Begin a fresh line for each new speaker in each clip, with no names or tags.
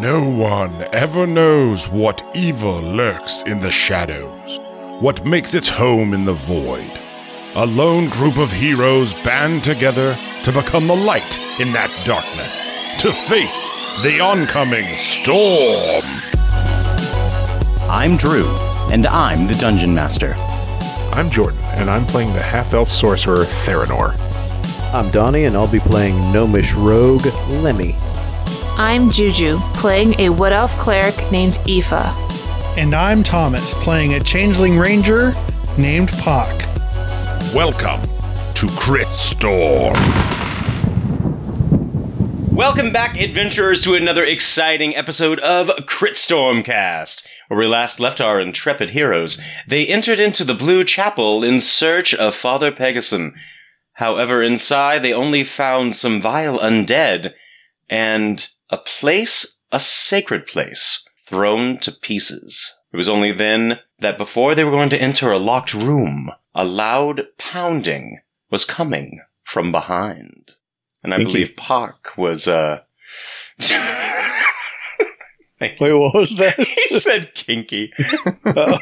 No one ever knows what evil lurks in the shadows, what makes its home in the void. A lone group of heroes band together to become the light in that darkness, to face the oncoming storm.
I'm Drew, and I'm the Dungeon Master.
I'm Jordan, and I'm playing the half elf sorcerer Theranor.
I'm Donnie, and I'll be playing Gnomish Rogue Lemmy.
I'm Juju, playing a Wood Elf cleric named Aoife.
And I'm Thomas, playing a changeling ranger named Pock.
Welcome to Crit Storm.
Welcome back, adventurers, to another exciting episode of Critstormcast, where we last left our intrepid heroes. They entered into the Blue Chapel in search of Father Pegason. However, inside they only found some vile undead and a place, a sacred place, thrown to pieces. It was only then that before they were going to enter a locked room, a loud pounding was coming from behind. And I
Thank you.
believe Pock was uh
Wait, what was that?
He said kinky.
Uh,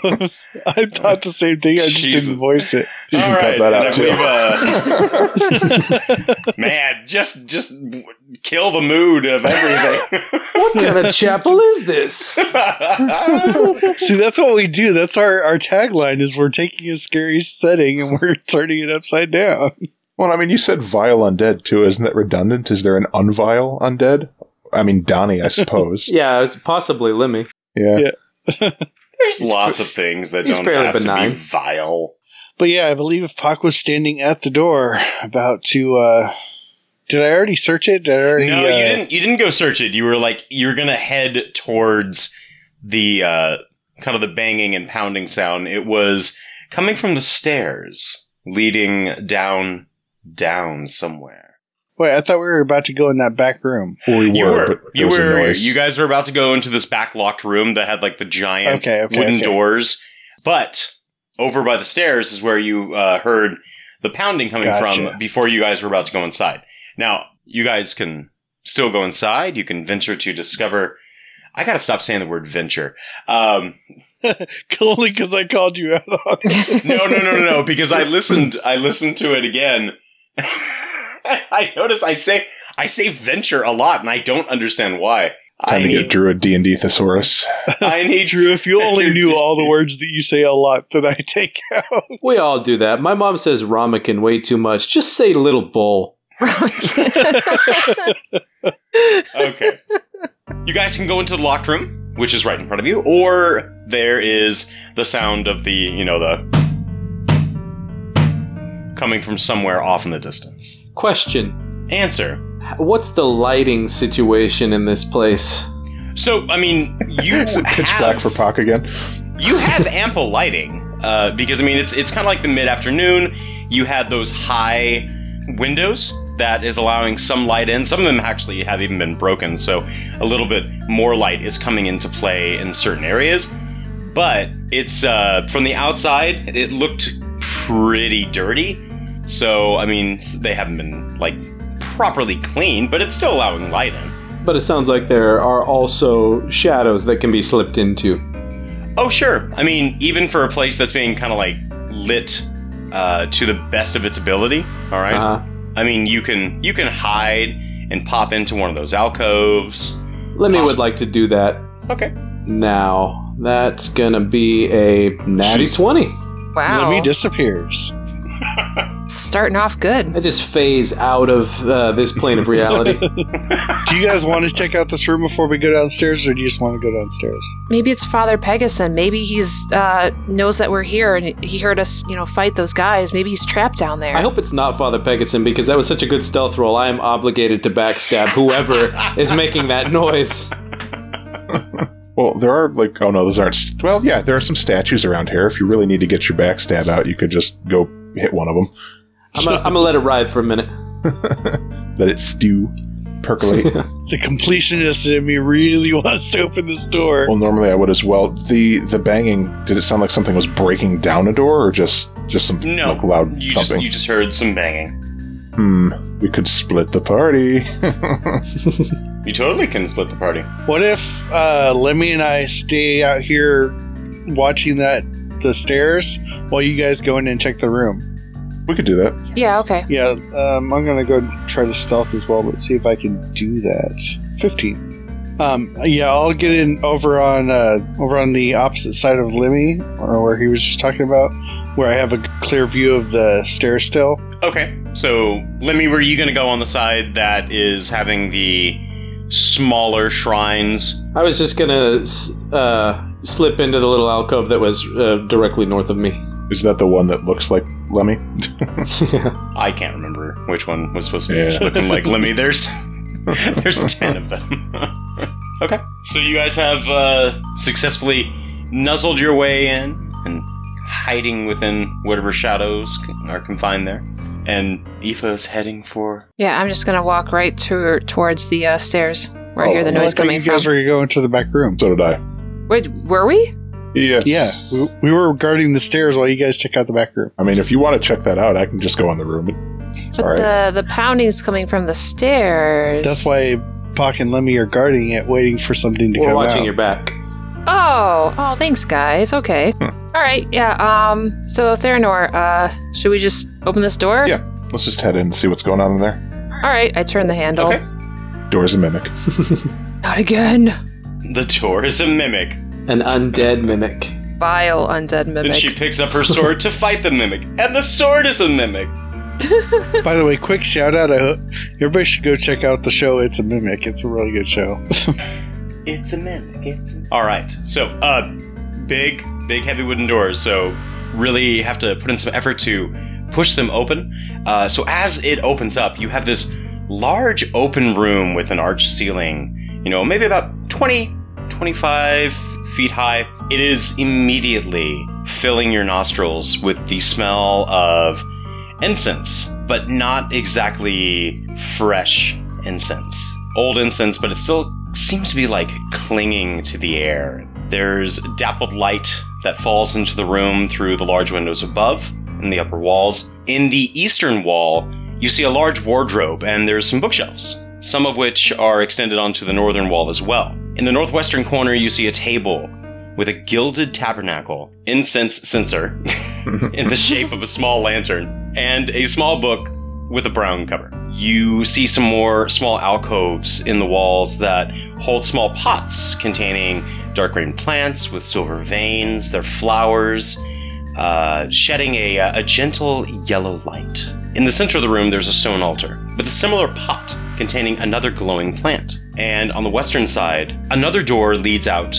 I thought the same thing. I just
Jesus.
didn't voice it.
You
can cut that out, too.
uh, man, just just w- kill the mood of everything.
What kind of chapel is this?
See, that's what we do. That's our, our tagline is we're taking a scary setting and we're turning it upside down.
Well, I mean, you said vile undead too. Isn't that redundant? Is there an unvile undead? I mean, Donnie, I suppose.
Yeah, it's possibly Lemmy.
yeah.
Yeah.
There's lots of things that
he's
don't
fairly
have to
benign.
be vile.
But yeah, I believe if Pac was standing at the door about to uh did I already search it? Did I already
No,
uh,
you didn't. You didn't go search it. You were like you were gonna head towards the uh, kind of the banging and pounding sound. It was coming from the stairs leading down, down somewhere.
Wait, I thought we were about to go in that back room.
Well, we
You
were,
were,
but there
you
was a
were,
noise.
you guys were about to go into this back locked room that had like the giant
Okay, okay,
wooden
okay.
doors, but over by the stairs is where you uh, heard the pounding coming
Gotcha.
from before you guys were about to go inside. Now you guys can still go inside. You can venture to discover. I gotta stop saying the word venture. Um,
Only because I called you out on it.
no, no, no, no, no, because I listened. I listened to it again. I notice I say I say venture a lot, and I don't understand why.
Time
I
to
need
get Drew a D&D thesaurus.
I need
Drew, if you only knew all the words that you say a lot that I take out.
We all do that. My mom says ramekin way too much. Just say little bowl.
okay. You guys can go into the locked room, which is right in front of you, or there is the sound of the, you know, the coming from somewhere off in the distance.
Question:
Answer.
What's the lighting situation in this place?
So, I mean, you
Is it pitch
have,
black for Pac again?
you have ample lighting uh, because I mean, it's it's kind of like the mid afternoon. You had those high windows that is allowing some light in. Some of them actually have even been broken, so a little bit more light is coming into play in certain areas. But it's uh, from the outside, it looked pretty dirty. So I mean, s- they haven't been like properly cleaned, but it's still allowing light in.
But it sounds like there are also shadows that can be slipped into.
Oh, sure. I mean, even for a place that's being kind of like lit uh, to the best of its ability, all right?
Uh-huh.
I mean, you can you can hide and pop into one of those alcoves.
Lemmy
Awesome.
would like to do that
Okay.
now. That's gonna be a natty
Jeez.
twenty.
wow.
Lemmy disappears.
Starting off
I
good.
just phase out of uh, this plane of reality.
Do you guys want to check out this room before we go downstairs, or do you just want to go downstairs?
Maybe it's Father Pegason. Maybe he's uh, knows that we're here and he heard us, you know, fight those guys. Maybe he's trapped down there.
I hope it's not Father Pegason because that was such a good stealth roll. I am obligated to backstab whoever is making that noise.
Well, there are like, oh no, those aren't. St- well, yeah, there are some statues around here. If you really need to get your backstab out, you could just go hit one of them.
I'm gonna, I'm gonna let it ride for a minute.
Let it stew, percolate.
The completionist in me really wants to open this door.
Well, normally I would as well. The the banging. Did it sound like something was breaking down a door, or just just some
No,
like, loud
you
thumping?
just you just heard some banging.
Hmm, we could split the party.
You totally can split the party.
What if uh, Lemmy and I stay out here watching that the stairs while you guys go in and check the room?
we could do that.
Yeah, okay.
Yeah, um, I'm gonna go try to stealth as well. Let's see if I can do that. Fifteen. Um, yeah, I'll get in over on uh, over on the opposite side of Lemmy, or where he was just talking about, where I have a clear view of the stairs still.
Okay. So, Lemmy, were you going to go on the side that is having the smaller shrines?
I was just gonna s- uh, slip into the little alcove that was uh, directly north of me.
Is that the one that looks like Lemmy?
I can't remember which one was supposed to be
Yeah.
looking like Lemmy. There's there's ten of them. okay. So you guys have uh, successfully nuzzled your way in and hiding within whatever shadows c- are confined there. And Aoife's heading for
Yeah, I'm just gonna walk right to towards the uh, stairs where I hear the
Well, Oh, I
noise
thought
coming
You guys
from.
were going to the back room.
so did I.
Wait, were we?
Yeah.
Yeah, we, we were guarding the stairs while you guys check out the back room.
I mean, if you want to check that out, I can just go in the room.
But
All right.
the the pounding's coming from the stairs.
That's why Bach and Lemmy are guarding it, waiting for something to
We're
come
watching
out.
your back.
Oh, oh, thanks, guys. Okay.
Hmm.
All right. Yeah. Um. So Theranor, uh, should we just open this door?
Yeah. Let's just head in and see what's going on in there.
All right. I turn the handle.
Okay.
Door's a mimic.
Not again.
the door is a mimic.
An undead mimic.
Vile undead
Then
mimic.
she picks up her sword to fight the mimic, and the sword is a mimic.
By the way, quick shout out! I hope everybody should go check out the show. It's a mimic. It's a really good show.
It's a mimic. It's a all right. So, uh, big, big, heavy wooden doors. So, really have to put in some effort to push them open. Uh, so, as it opens up, you have this large open room with an arch ceiling. You know, maybe about 20, 25 feet high. It is immediately filling your nostrils with the smell of incense, but not exactly fresh incense. Old incense, but it still seems to be like clinging to the air. There's dappled light that falls into the room through the large windows above and the upper walls. In the eastern wall, you see a large wardrobe and there's some bookshelves, some of which are extended onto the northern wall as well. In the northwestern corner, you see a table with a gilded tabernacle, incense censer, in the shape of a small lantern and a small book with a brown cover. You see some more small alcoves in the walls that hold small pots containing dark green plants with silver veins, their flowers, uh, shedding a, uh, a gentle yellow light. In the center of the room, there's a stone altar with a similar pot containing another glowing plant. And on the western side, another door leads out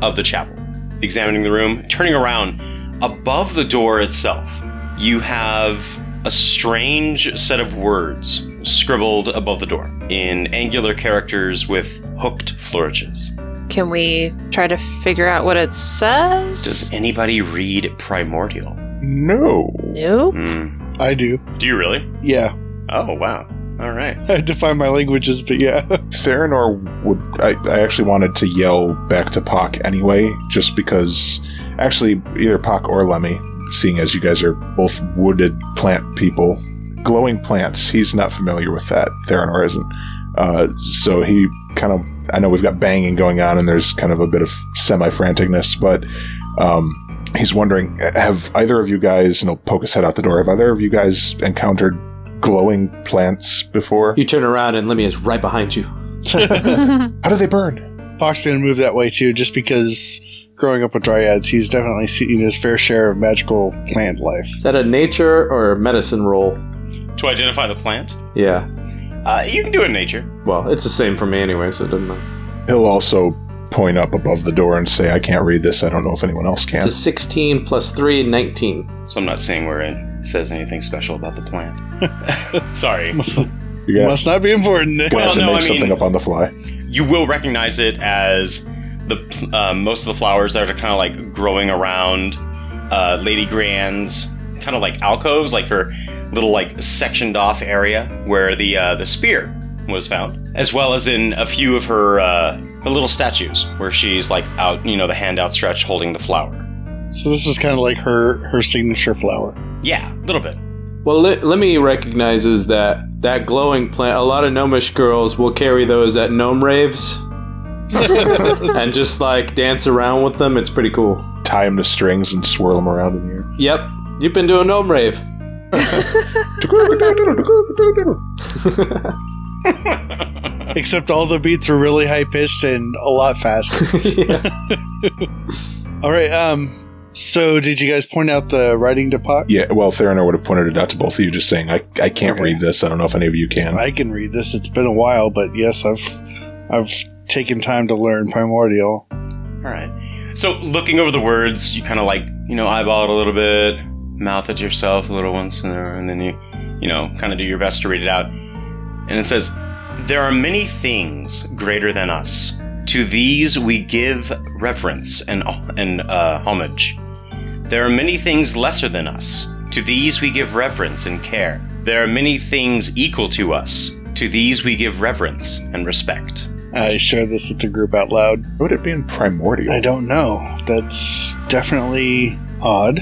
of the chapel. Examining the room, turning around, above the door itself, you have a strange set of words scribbled above the door in angular characters with hooked flourishes.
Can we try to figure out what it says?
Does anybody read primordial?
No.
nope.
Hmm.
I do.
Do you really?
Yeah,
Oh, wow. All right.
I define my languages, but yeah.
Theranor would. I, I actually wanted to yell back to Pac anyway, just because. Actually, either Pac or Lemmy, seeing as you guys are both wooded plant people. Glowing plants. He's not familiar with that. Theranor isn't. Uh, so he kind of. I know we've got banging going on, and there's kind of a bit of semi franticness, but. Um, he's wondering have either of you guys and he'll poke his head out the door have either of you guys encountered glowing plants before
You turn around and Lemmy is right behind you.
how do they burn
Bach's gonna move that way too, just because growing up with dryads, he's definitely seen his fair share of magical plant life.
Is that a nature or a medicine roll?
To identify the plant,
Yeah.
uh, you can do it in nature.
Well, it's the same for me anyway, so it doesn't matter.
He'll also point up above the door and say, I can't read this. I don't know if anyone else
It's
can.
a 16 plus 3, 19.
So I'm not seeing where it says anything special about the plant. Sorry.
You're gonna,
Must not be important.
gonna have to
Well, no,
make
I
something
mean-
up on the fly.
You will recognize it as the uh, most of the flowers that are kind of like growing around uh, Lady Grand's kind of like alcoves, like her little like sectioned off area where the uh, the spear was found, as well as in a few of her uh, her little statues where she's like out, you know, the hand outstretched holding the flower.
So this is kind of like her her signature flower.
Yeah, a little bit.
Well, let, let me recognizes that that glowing plant. A lot of gnomish girls will carry those at gnome raves, and just like dance around with them. It's pretty cool.
Tie him to strings and swirl him around in the air.
Yep, you've been to a gnome rave.
Except all the beats are really high pitched and a lot faster. all right. Um. So, did you guys point out the writing to Puck?
Yeah, well, Theranor would have pointed it out to both of you, just saying, I, I can't
Okay.
read this. I don't know if any of you can.
I can read this. It's been a while, but yes, I've I've taken time to learn primordial.
All right. So looking over the words, you kind of like you know eyeball it a little bit, mouth it to yourself a little once in there, and then you you know kind of do your best to read it out. And it says, "There are many things greater than us. To these we give reverence and and uh, homage. There are many things lesser than us. To these we give reverence and care. There are many things equal to us. To these we give reverence and respect."
I share this with the group out loud.
What would it be in primordial?
I don't know. That's definitely odd.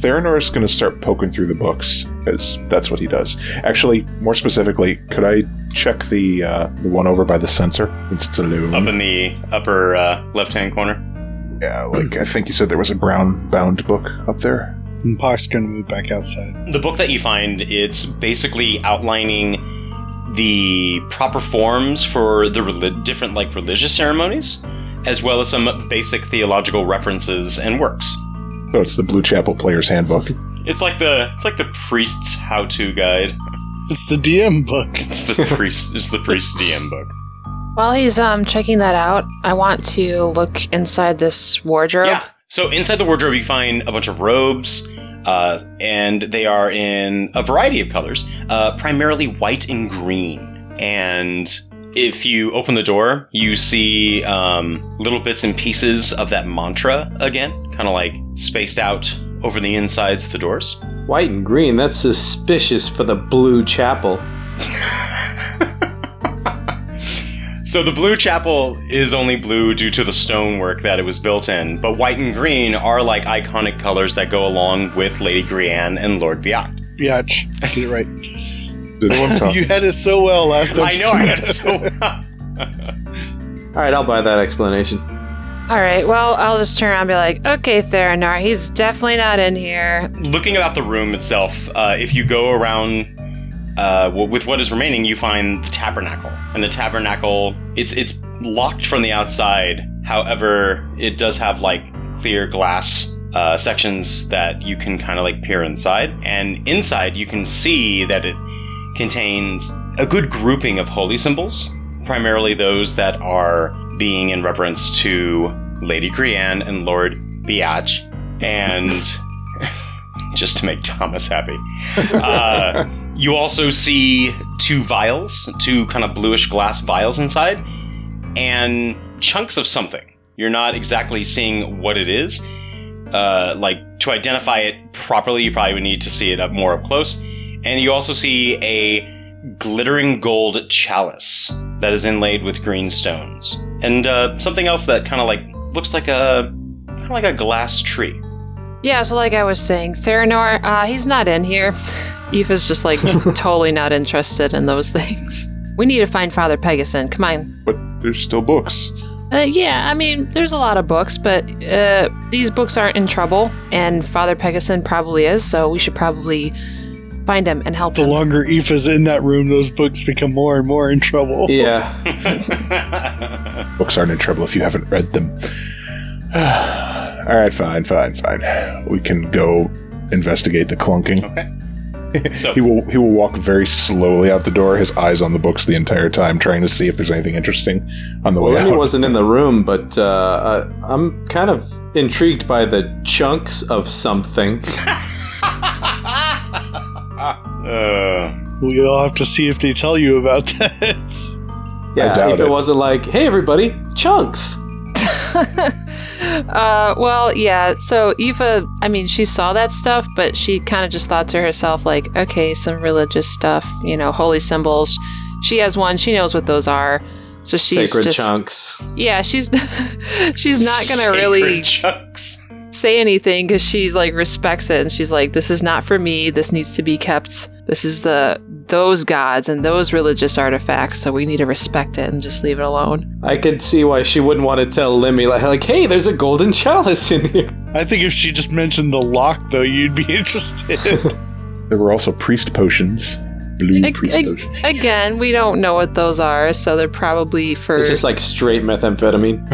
Theranor is going to start poking through the books because that's what he does. Actually, more specifically, could I check the uh, the one over by the sensor? It's it's a loom.
Up in the upper uh, left-hand corner.
Yeah, like I think you said there was a brown bound book up there.
And Pock's gonna move back outside.
The book that you find, it's basically outlining the proper forms for the reli- different like religious ceremonies, as well as some basic theological references and works.
So it's the Blue Chapel Player's Handbook.
It's like the it's like the priest's how-to guide.
It's the DM book.
It's the priest it's the priest's DM book.
While he's um checking that out, I want to look inside this wardrobe.
Yeah. So inside the wardrobe, you find a bunch of robes, uh, and they are in a variety of colors, uh, primarily white and green. And if you open the door, you see um, little bits and pieces of that mantra again, kind of like spaced out over the insides of the doors.
White and green. That's suspicious for the blue chapel.
So the blue chapel is only blue due to the stonework that it was built in, but white and green are like iconic colors that go along with Lady Grianne and Lord Biak.
Biatch. Get it right.
Did anyone talk?
You had it so well last time.
I know I got it so well.
All right, I'll buy that explanation.
All right. Well, I'll just turn around and be like, "Okay, Theranar, he's definitely not in here."
looking about the room itself, uh, if you go around uh, w- with what is remaining, you find the tabernacle. And the tabernacle, it's it's locked from the outside. However, it does have like clear glass uh, sections that you can kind of like peer inside. And inside, you can see that it contains a good grouping of holy symbols, primarily those that are being in reference to Lady Grianne and Lord Biatch. And just to make Thomas happy. Uh, you also see two vials, two kind of bluish glass vials inside, and chunks of something. You're not exactly seeing what it is. Uh, like to identify it properly, you probably would need to see it up more up close. And you also see a glittering gold chalice that is inlaid with green stones, and uh, something else that kind of like looks like a kind of like a glass tree.
Yeah. So, like I was saying, Theranar, uh, he's not in here. Eva's just like totally not interested in those things. We need to find Father Pegasus. Come on.
But there's still books.
Uh, yeah, I mean, there's a lot of books, but uh, these books aren't in trouble, and Father Pegasus probably is. So we should probably find him and help
The
him.
longer Aoife's in that room, those books become more and more in trouble.
Yeah,
Books aren't in trouble if you haven't read them. All right, fine, fine, fine. We can go investigate the clunking.
So
He will he will walk very slowly out the door, his eyes on the books the entire time, trying to see if there's anything interesting on the
well,
way
Lenny
out.
wasn't in the room, but uh, I, I'm kind of intrigued by the chunks of something.
Uh,
We all have to see if they tell you about that.
Yeah,
doubt
if it,
it.
wasn't like, hey everybody, chunks.
Uh, well, yeah. So Eva, I mean, she saw that stuff, but she kind of just thought to herself, like, okay, some religious stuff, you know, holy symbols. She has one. She knows what those are. So she's
Sacred
just,
chunks.
yeah, she's she's not gonna really
Sacred chunks.
say anything because she's like respects it and she's like, this is not for me. This needs to be kept. This is the those gods and those religious artifacts, so we need to respect it and just leave it alone.
I could see why she wouldn't want to tell Lemmy like, like, hey, there's a golden chalice in here.
I think if she just mentioned the lock, though, you'd be interested.
There were also priest potions, blue
Ag-
priest
ag-
potions.
again, we don't know what those are, so they're probably for.
It's just like straight methamphetamine.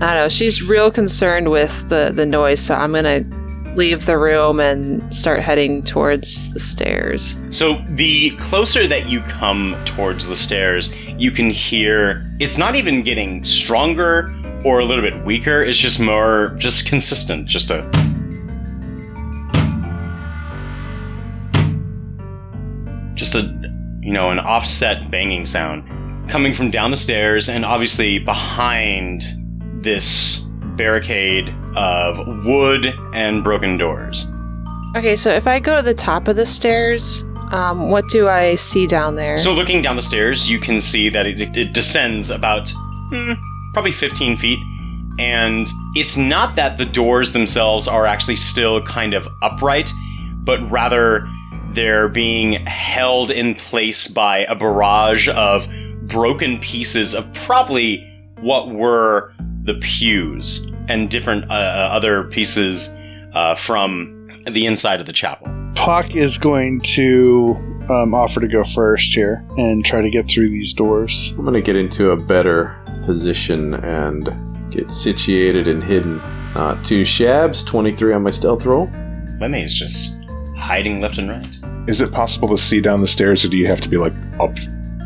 I don't know. She's real concerned with the the noise, so I'm gonna leave the room and start heading towards the stairs.
So the closer that you come towards the stairs, you can hear it's not even getting stronger or a little bit weaker. It's just more just consistent, just a just a you know an offset banging sound coming from down the stairs and obviously behind this barricade of wood and broken doors.
Okay, so if I go to the top of the stairs, um, what do I see down there?
So, looking down the stairs, you can see that it, it descends about hmm, probably 15 feet. And it's not that the doors themselves are actually still kind of upright, but rather they're being held in place by a barrage of broken pieces of probably what were the pews and different uh, other pieces uh, from the inside of the chapel.
Pock is going to um, offer to go first here and try to get through these doors.
I'm gonna get into a better position and get situated and hidden. Uh, two shabs, 23 on my stealth roll.
Lemmy is just hiding left and right.
Is it possible to see down the stairs, or do you have to be like up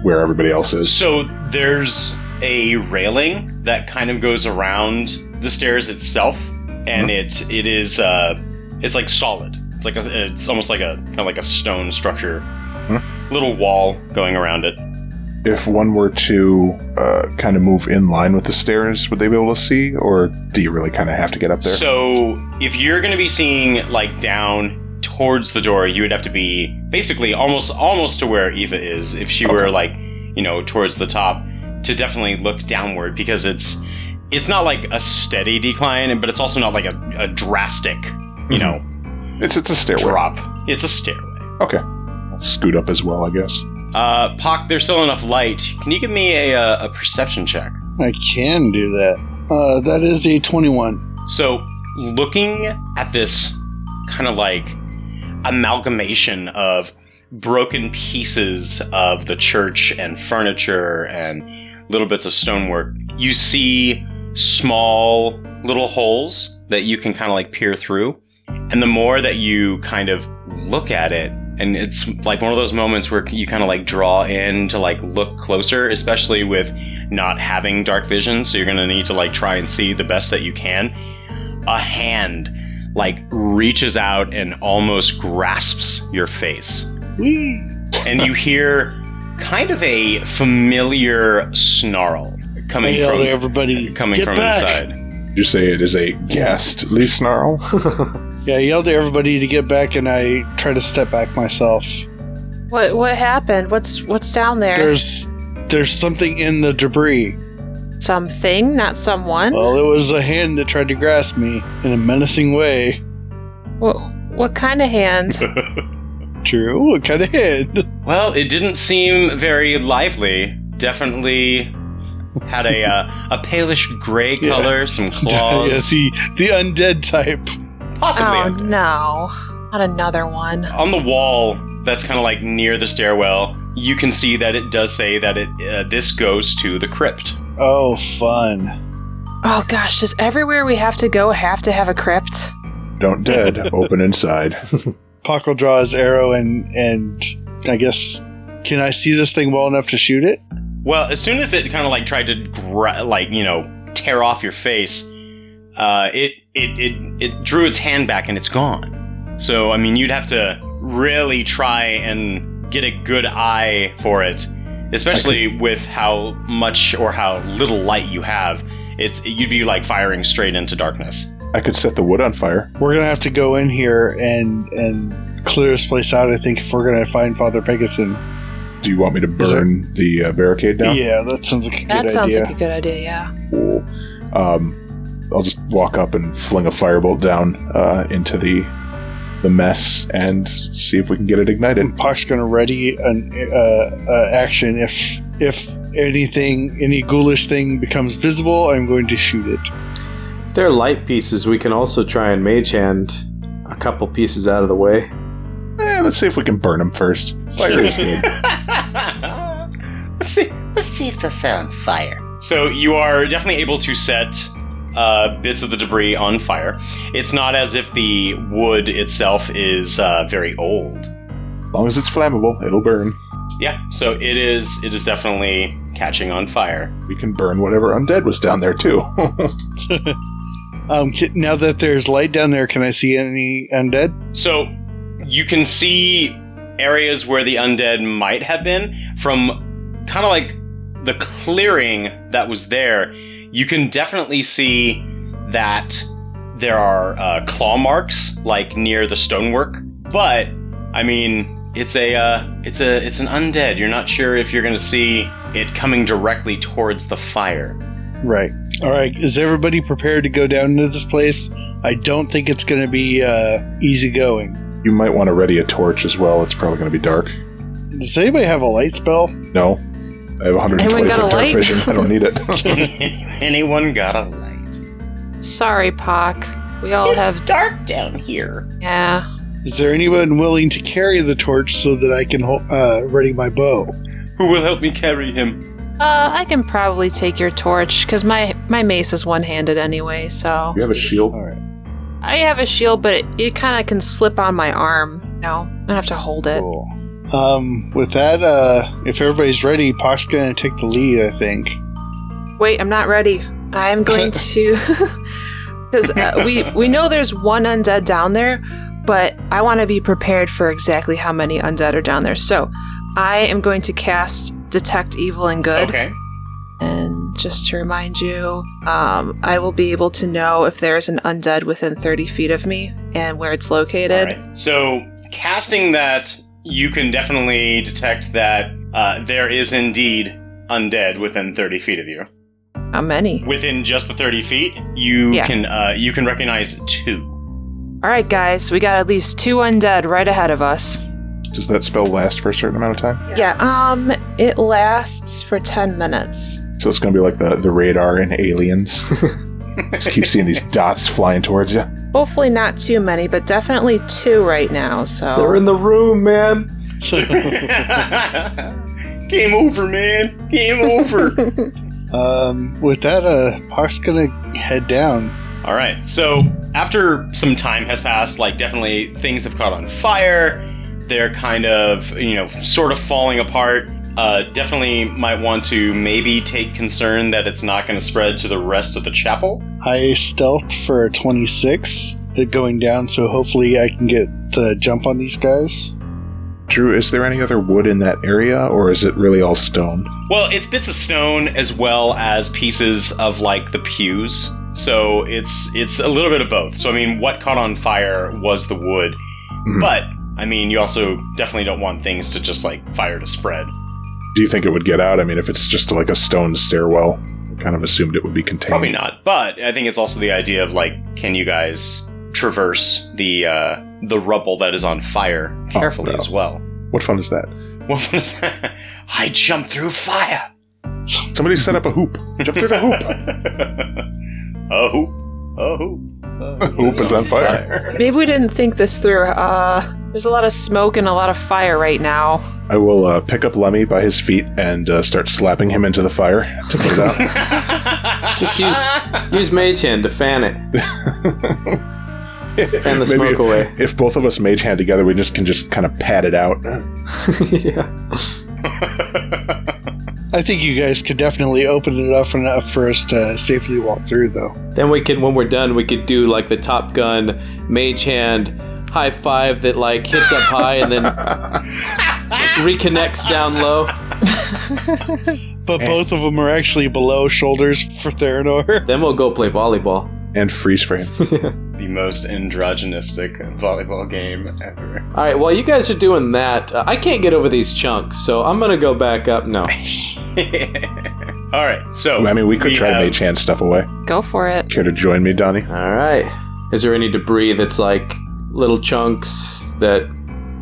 where everybody else is?
So there's a railing that kind of goes around the stairs itself, and it it is uh, it's like solid. It's like a, it's almost like a kind of like a stone structure, little wall going around it.
If one were to uh, kind of move in line with the stairs, would they be able to see, or do you really kind of have to get up there?
So if you're going to be seeing like down towards the door, you would have to be basically almost almost to where Eva is if she were like you know towards the top to definitely look downward because it's it's not like a steady decline, but it's also not like a, a drastic you know
it's it's a stairway.
drop. It's a stairway.
Okay, I'll scoot up as well, I guess.
Uh, Pock, there's still enough light. Can you give me a, uh, a perception check?
I can do that. Uh, that is a 21.
So, looking at this kind of like amalgamation of broken pieces of the church and furniture and little bits of stonework, you see small little holes that you can kind of like peer through. And the more that you kind of look at it, and it's like one of those moments where you kind of like draw in to like look closer, especially with not having dark vision, so you're gonna need to like try and see the best that you can. A hand like reaches out and almost grasps your face. and you hear kind of a familiar snarl coming
I yelled at
from
everybody.
coming
get
from
back!
inside.
Did you say it is a ghastly snarl?
Yeah, I yelled at everybody to get back, and I try to step back myself.
what what happened? What's what's down there?
There's there's something in the debris.
Something, not someone.
Well, it was a hand that tried to grasp me in a menacing way.
what what kind of hand?
True, what kind of hand?
Well, it didn't seem very lively. Definitely had a uh, a palish gray
Yeah.
color, some claws,
yes, the the undead type.
possibly
oh
a
no, not another one.
on the wall that's kind of like near the stairwell you can see that it does say that it uh, this goes to the crypt
Oh, fun.
Oh gosh, does everywhere we have to go have to have a crypt?
Don't dead. Open inside.
Pac will draw his arrow and and I guess can I see this thing well enough to shoot it?
well as soon as it kind of like tried to gra- like you know tear off your face uh, it, it it it drew its hand back and it's gone so i mean you'd have to really try and get a good eye for it especially with how much or how little light you have it's you'd be like firing straight into darkness
I could set the wood on fire.
We're gonna have to go in here and and clear this place out. I think if we're gonna find Father Pegasus.
Do you want me to burn the uh, barricade down?
Yeah, that sounds like a
That
good
sounds
idea.
like a good idea. Yeah.
Cool. Um, I'll just walk up and fling a firebolt down uh, into the the mess and see if we can get it ignited.
And Pock's going to ready an uh, uh, action if if anything any ghoulish thing becomes visible. I'm going to shoot it.
If they're light pieces, we can also try and mage hand a couple pieces out of the way.
Eh, let's see if we can burn him first. Fire is good.
Let's see. Let's see if they'll set on fire.
So you are definitely able to set uh, bits of the debris on fire. It's not as if the wood itself is uh, very old.
As long as it's flammable, it'll burn.
Yeah, so it is. It is definitely catching on fire.
We can burn whatever undead was down there too.
Um, ki- now that there's light down there, can I see any undead?
So you can see areas where the undead might have been from kind of like the clearing that was there. You can definitely see that there are uh, claw marks like near the stonework, but I mean it's a uh, it's a it's an undead. You're not sure if you're going to see it coming directly towards the fire.
Right.
All right, is everybody prepared to go down into this place? I don't think it's going to be uh, easy going.
you might want to ready a torch as well. It's probably going to be dark.
Does anybody have a light spell?
No, I have 120
Anyone got a
foot dark
light?
vision. I don't need it.
Anyone got a light?
Sorry, Pock. We all
it's
have.
dark down here.
Yeah.
Is there anyone willing to carry the torch so that I can hol- uh, ready my bow?
Who will help me carry him?
Uh, I can probably take your torch because my my mace is one handed anyway. So
You have a shield.
All right.
I have a shield, but it, it kind of can slip on my arm. You know, I have to hold it.
Cool. Um, with that, uh, if everybody's ready, Pock's gonna take the lead. I think.
Wait, I'm not ready. I'm going to because uh, we we know there's one undead down there, but I want to be prepared for exactly how many undead are down there. So I am going to cast detect evil and good.
Okay.
And just to remind you, um, I will be able to know if there is an undead within 30 feet of me and where it's located.
All right. So, casting that, you can definitely detect that uh, there is indeed undead within 30 feet of you.
How many?
Within just the 30 feet, you
Yeah.
can uh, you can recognize two.
All right, guys, we got at least two undead right ahead of us.
Does that spell last for a certain amount of time?
Yeah, um, it lasts for 10 minutes.
So it's going to be like the, the radar in Aliens. Just keep seeing these dots flying towards you.
Hopefully, not too many, but definitely two right now,
They're
so.
in the room, man.
Game over, man. Game over.
Um, with that, uh, Pock's gonna head down.
All right. So, after some time has passed, like definitely things have caught on fire. They're kind of, you know, sort of falling apart. Uh, definitely might want to maybe take concern that it's not going to spread to the rest of the chapel.
I stealthed for a twenty-six. uh, Going down, so hopefully I can get the jump on these guys.
Drew, is there any other wood in that area, or is it really all stone?
Well, it's bits of stone as well as pieces of like the pews. So it's it's a little bit of both. So I mean, what caught on fire was the wood,
Mhm.
but I mean, you also definitely don't want things to just like fire to spread.
Do you think it would get out? I mean, if it's just like a stone stairwell, I kind of assumed it would be contained.
Probably not. But I think it's also the idea of like, can you guys traverse the uh, the rubble that is on fire
Oh,
carefully
no.
as well?
What fun is that?
What was that? I jumped through fire.
Somebody set up a hoop. Jump through the hoop.
a hoop. A hoop. A
hoop is on fire.
Maybe we didn't think this through. Uh, there's a lot of smoke and a lot of fire right now.
I will uh, pick up Lemmy by his feet and uh, start slapping him into the fire to put it out.
Just use, use mage hand to fan it. Fan the smoke away.
If both of us mage hand together, we just can just kind of pat it out.
yeah.
I think you guys could definitely open it up enough for us to safely walk through, though.
Then we could, when we're done, we could do like the Top Gun mage hand high five that like hits up high and then reconnects down low.
But both of them are actually below shoulders for Theranor.
Then we'll go play volleyball.
and freeze frame.
the most androgynistic volleyball game ever.
All right, while you guys are doing that, uh, I can't get over these chunks, so I'm gonna go back up. No.
All right, so
I mean, we could try
have-
to mage hand stuff away.
Go for it.
Care to join me, Donnie?
All right. Is there any debris that's like little chunks that?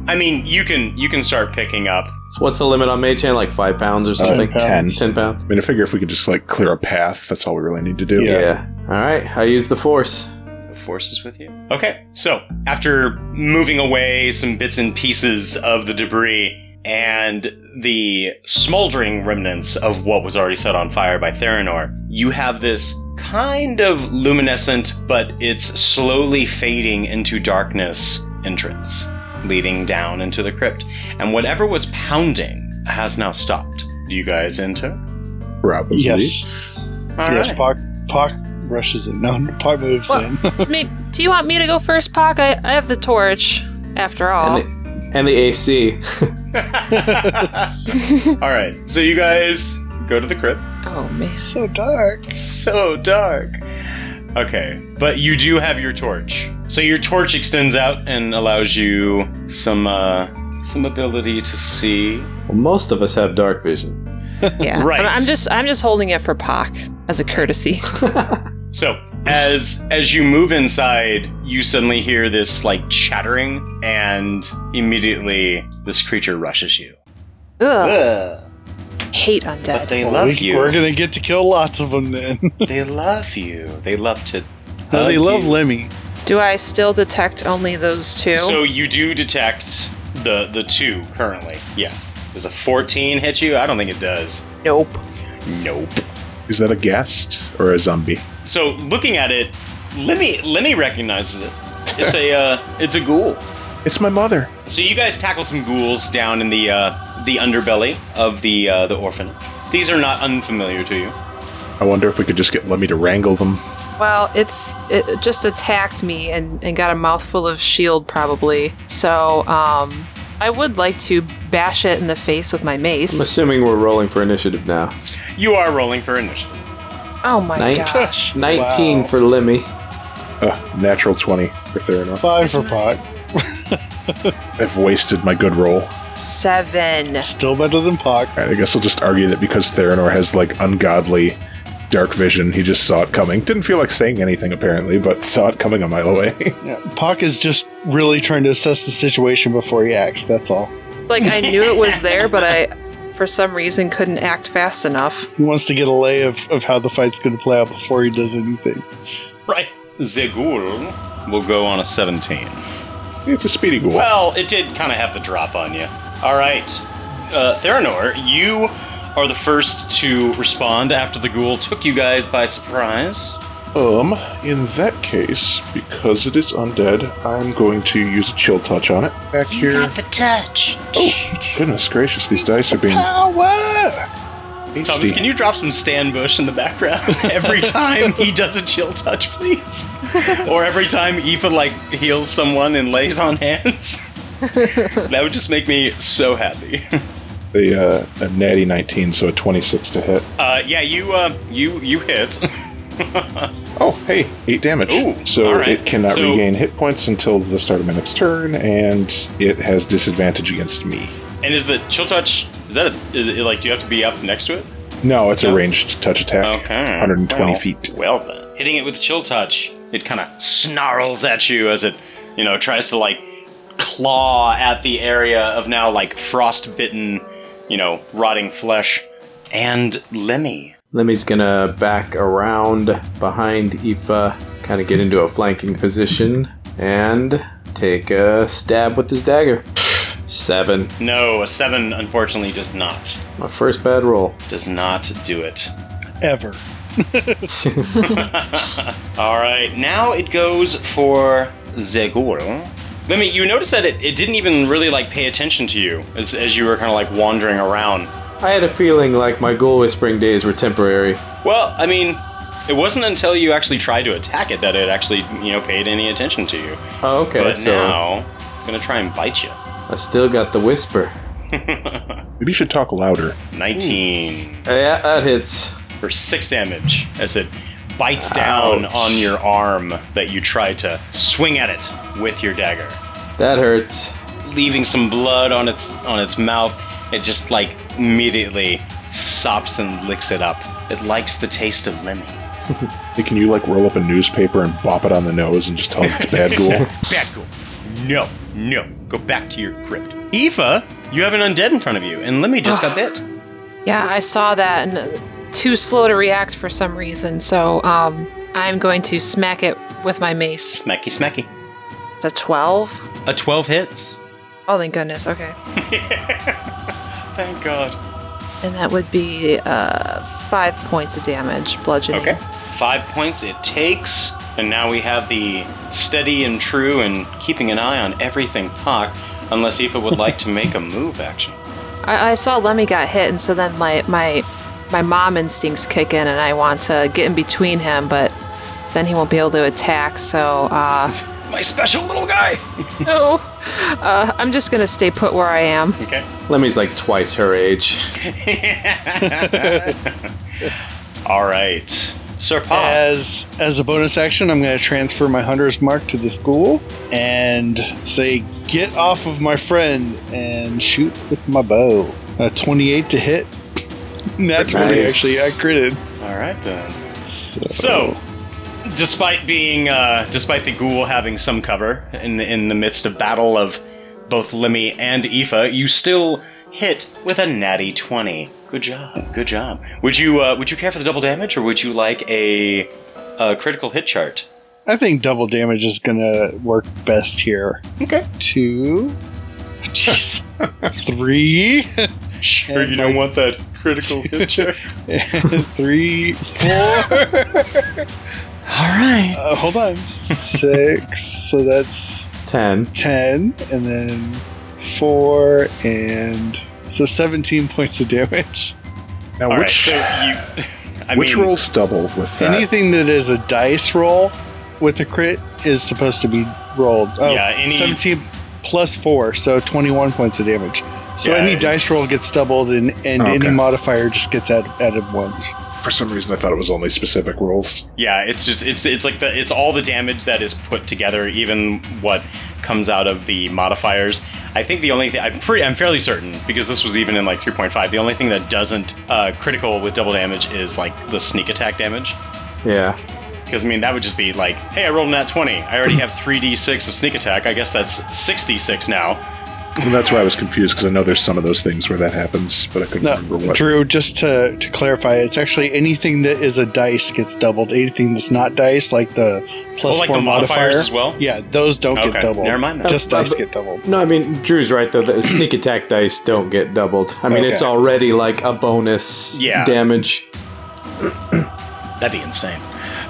I mean, you can you can start picking up.
What's the limit on mage hand? Like five pounds or something?
Ten.
Ten pounds.
I mean, I figure if we could just like clear a path, that's all we really need to do.
Yeah. All right. I use the force.
The force is with you. Okay, so after moving away some bits and pieces of the debris and the smoldering remnants of what was already set on fire by Theranor, you have this kind of luminescent, but it's slowly fading into darkness entrance, leading down into the crypt. And whatever was pounding has now stopped. Do you guys enter?
Probably.
Yes. yes, Pock Pock rushes in. No, Pock moves
What?
in.
Maybe, do you want me to go first, Pock? I, I have the torch, after all.
And the, and the AC.
All right, so you guys go to the crypt.
oh, man.
so dark.
so dark. Okay, but you do have your torch. So your torch extends out and allows you some uh, some ability to see.
Well, most of us have dark vision.
Yeah.
Right.
I'm, I'm just I'm just holding it for Pock as a courtesy.
So as as you move inside, you suddenly hear this like chattering, and immediately this creature rushes you.
Ugh.
Ugh.
Hate
But
undead.
Uh, they love
we,
you.
We're gonna get to kill lots of them then.
They love you. They love to.
no, they
hug
love
you.
Lemmy.
Do I still detect only those two?
So you do detect the the two currently. Yes. Does a 14 hit you? I don't think it does.
nope.
Nope.
Is that a guest or a zombie?
So looking at it, Lemmy Lemmy recognizes it. It's a uh, it's a ghoul.
It's my mother.
So you guys tackle some ghouls down in the uh, the underbelly of the uh, the orphanage. These are not unfamiliar to you.
I wonder if we could just get Lemmy to wrangle them.
Well, it's it just attacked me and, and got a mouthful of shield probably. So um I would like to bash it in the face with my
I'm
mace.
assuming we're rolling for initiative now.
You are rolling for initiative.
Oh my
Night.
gosh.
19
Wow.
for Lemmy.
Uh, natural 20 for Theranos.
Five for Pock.
I've wasted my good roll.
Seven.
Still better than Pock.
Alright, I guess I'll just argue that because Theranor has like ungodly dark vision, he just saw it coming. Didn't feel like saying anything apparently, but saw it coming a mile away.
Yeah, Pock is just really trying to assess the situation before he acts. That's all.
Like I knew it was there, but I for some reason couldn't act fast enough.
He wants to get a lay of, of how the fight's going to play out before he does anything.
Right. The ghoul will go on a 17.
it's a speedy ghoul.
Well, it did kind of have the drop on you. All right, uh, Theranor, you are the first to respond after the ghoul took you guys by surprise.
Um, in that case, because it is undead, I'm going to use a chill touch on it. Back here. Oh,
Not the touch.
Goodness gracious, these dice are being
Thomas, can
hasty.
you drop some Stan Bush in the background every time he does a chill touch, please? or every time Aoife, like, heals someone and lays on hands? that would just make me so happy.
The uh, a natty 19, so a 26 to hit.
Uh, yeah, you, uh, you, you hit.
Oh, hey, eight damage.
Ooh,
so
all right.
it cannot
So-
regain hit points until the start of my next turn, and it has disadvantage against me.
and is the chill touch, is that, a, is it, like, do you have to be up next to it?
No, it's
No.
a ranged touch attack.
Okay.
120
Well-
feet.
Well then, hitting it with chill touch, it kind of snarls at you as it, you know, tries to like claw at the area of now like frostbitten, you know, rotting flesh. And Lemmy.
Lemmy's gonna back around behind Aoife, kind of get into a flanking position, and take a stab with his dagger. Seven.
No, a seven unfortunately does not.
My first bad roll.
Does not do it.
Ever.
All right, now it goes for Zegoro. Let me. You notice that it, it didn't even really like pay attention to you as, as you were kind of like wandering around.
I had a feeling like my ghoul whispering days were temporary.
Well, I mean, it wasn't until you actually tried to attack it that it actually, you know, paid any attention to you.
Oh, okay,
but
so
now it's gonna try and bite you.
I still got the whisper.
Maybe you should talk louder.
19
Yeah, that hits.
for six damage as it bites down
Ouch.
on your arm that you tried to swing at it with your dagger,
That hurts.
leaving some blood on its on its mouth. It just like immediately sops and licks it up. It likes the taste of lemon.
Hey, Can you like roll up a newspaper and bop it on the nose and just tell them it's bad ghoul?
Bad ghoul. No, no. Go back to your crypt. Eva, you have an undead in front of you, and Lemmy just got bit.
Yeah, I saw that and uh, too slow to react for some reason. So um, I'm going to smack it with my mace.
Smacky, smacky.
It's a 12.
A 12 hits.
Oh, thank goodness. Okay.
Thank God.
And that would be uh, five points of damage, bludgeoning.
Okay. Five points it takes. And now we have the steady and true and keeping an eye on everything talk, unless Eva would like to make a move action.
I, I saw Lemmy got hit, and so then my my my mom instincts kick in, and I want to get in between him, but then he won't be able to attack. So uh,
My special little guy!
no, uh, I'm just gonna stay put where I am.
Okay.
Lemmy's like twice her age.
All right. Sir Pa.
As as a bonus action, I'm going to transfer my hunter's mark to the school and say, "Get off of my friend!" and shoot with my bow. A 28 to hit. Not 20
Nice.
actually. I critted.
All right then. So, despite being, uh, despite the ghoul having some cover in in the midst of battle of both Lemmy and Aoife, you still hit with a natty twenty. Good job, good job. Would you uh, would you care for the double damage, or would you like a, a critical hit chart?
I think double damage is going to work best here.
Okay.
Two. Jeez. Three.
Sure,
And you don't my-
want that critical hit chart.
Three. Four.
All right.
Uh, hold on. Six. so that's
Ten.
10 and then 4 and so 17 points of damage
Now,
All right.
which
So you, I
which
mean,
rolls double with that?
anything that is a dice roll with a crit is supposed to be rolled oh,
Yeah, any-
17 plus 4 so 21 points of damage so
Yeah,
any
it's-
dice roll gets doubled and, and
Oh, okay.
any modifier just gets added, added once
For some reason, I thought it was only specific rolls.
Yeah, it's just it's it's like the it's all the damage that is put together, even what comes out of the modifiers. I think the only thing I'm pretty I'm fairly certain because this was even in like 3.5. The only thing that doesn't uh, critical with double damage is like the sneak attack damage.
Yeah.
Because I mean that would just be like, hey, I rolled an at 20. I already have 3d6 of sneak attack. I guess that's 66 now.
And that's why I was confused because I know there's some of those things where that happens, but I couldn't
no
remember what.
Uh, drew just to, to clarify it's actually anything that is a dice gets doubled anything that's not dice like the plus
Oh, like
4
the modifiers
modifier
as well?
yeah those don't
Okay,
get doubled
never mind then.
just
Uh,
dice
but-
get doubled
No, I mean Drew's right though. The sneak attack dice don't get doubled. I mean it's
Okay.
already like a bonus
Yeah.
damage.
That'd be insane.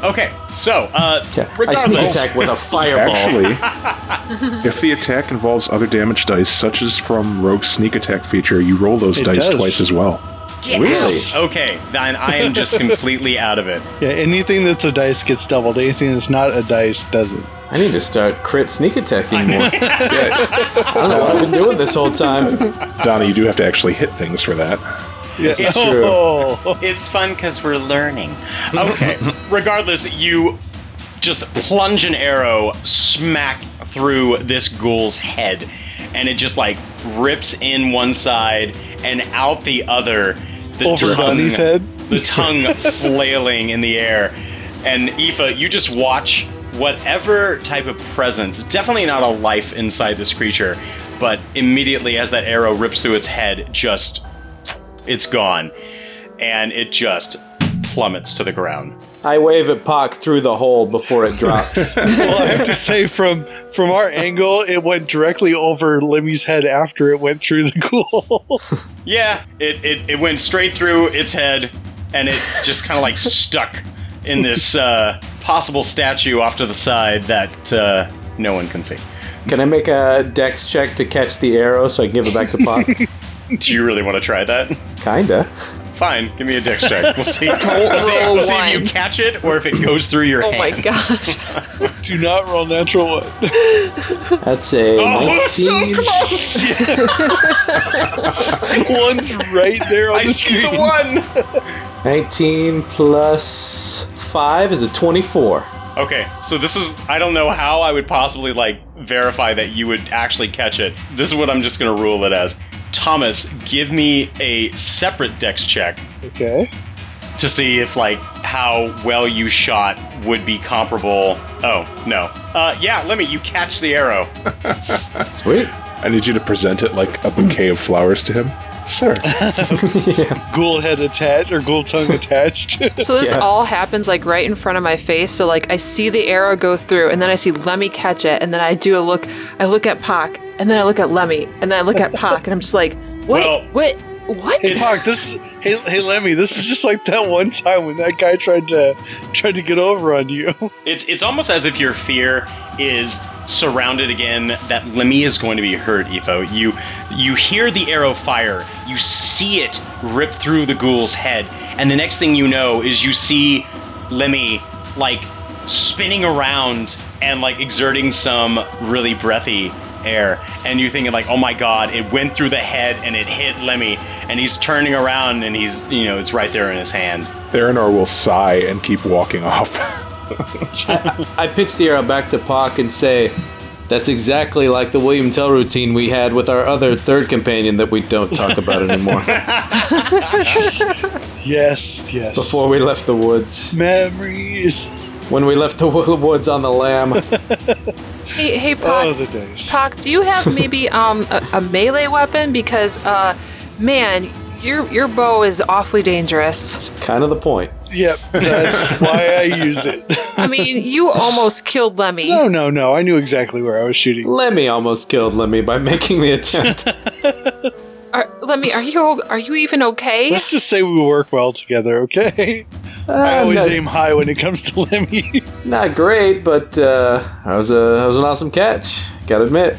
Okay, so uh,
Yeah. I sneak
regardless,
attack with a fireball.
Actually, if the attack involves other damage dice, such as from Rogue's sneak attack feature, you roll those
It
dice
does.
twice as well.
really?
okay, then I am just completely out of it.
Yeah, anything that's a dice gets doubled. Anything that's not a dice doesn't.
I need to start crit sneak attacking more. I don't know what I've been doing this whole time.
Donna, you do have to actually hit things for that.
It's true.
It's fun because we're learning. Okay. Regardless, you just plunge an arrow smack through this ghoul's head, and it just like rips in one side and out the other. The
Over Donnie's head?
The tongue flailing in the air. And Aoife, you just watch whatever type of presence, definitely not a life inside this creature, but immediately as that arrow rips through its head, just it's gone. And it just plummets to the ground.
I wave at Pac through the hole before it drops.
well, I have to say, from from our angle, it went directly over Lemmy's head after it went through the ghoul.
Yeah, it, it, it went straight through its head and it just kind of like stuck in this uh, possible statue off to the side that uh, no one can see.
Can I make a dex check to catch the arrow so I can give it back to Pac?
Do you really want to try that?
Kinda.
Fine, give me a dex check. We'll see. We'll see,
roll
we'll see if
one.
you catch it or if it goes through your
Oh
hand.
my gosh.
Do not roll natural one.
That's a
Oh, it's so
19.
close!
One's right there on
I
the
see
screen.
the one!
19 plus 5 is a 24.
Okay, so this is I don't know how I would possibly like verify that you would actually catch it. This is what I'm just gonna rule it as. Thomas, give me a separate dex check
Okay.
to see if like how well you shot would be comparable. Oh no. Uh, yeah, Lemmy, you catch the arrow.
Sweet.
I need you to present it like a bouquet of flowers to him. Sir,
Ghoul head attached or ghoul tongue attached.
So this all happens like right in front of my face. So like I see the arrow go through, and then I see Lemmy catch it, and then I do a look. I look at Pac, and then I look at Lemmy, and then I look at Pac, and I'm just like, wait,
Well-
what, what?
hey, Pock, this. Hey, hey, Lemmy, this is just like that one time when that guy tried to tried to get over on you.
It's it's almost as if your fear is surrounded again that Lemmy is going to be hurt, Evo. You you hear the arrow fire, you see it rip through the ghoul's head, and the next thing you know is you see Lemmy like spinning around and like exerting some really breathy air and you thinking like oh my god it went through the head and it hit lemmy and he's turning around and he's you know it's right there in his hand
Theranor will sigh and keep walking off.
I pitch the arrow back to Pac and say, "That's exactly like the William Tell routine we had with our other third companion that we don't talk about anymore."
Yes, yes.
Before we left the woods,
memories.
when we left the wo- woods on the lamb,
Hey, hey, Pac,
Oh, the days.
Talk. do you have maybe um a, a melee weapon? Because uh, man, your your bow is awfully dangerous.
it's kind of the point.
Yep, that's why I use it.
I mean, you almost killed Lemmy.
No, no, no. I knew exactly where I was shooting.
Lemmy almost killed Lemmy by making the attempt.
Are, Lemmy, are you o- are you even okay?
Let's just say we work well together, okay? I
Uh,
always
no-
aim high when it comes to Lemmy.
Not great, but uh, that was a that was an awesome catch. Gotta admit.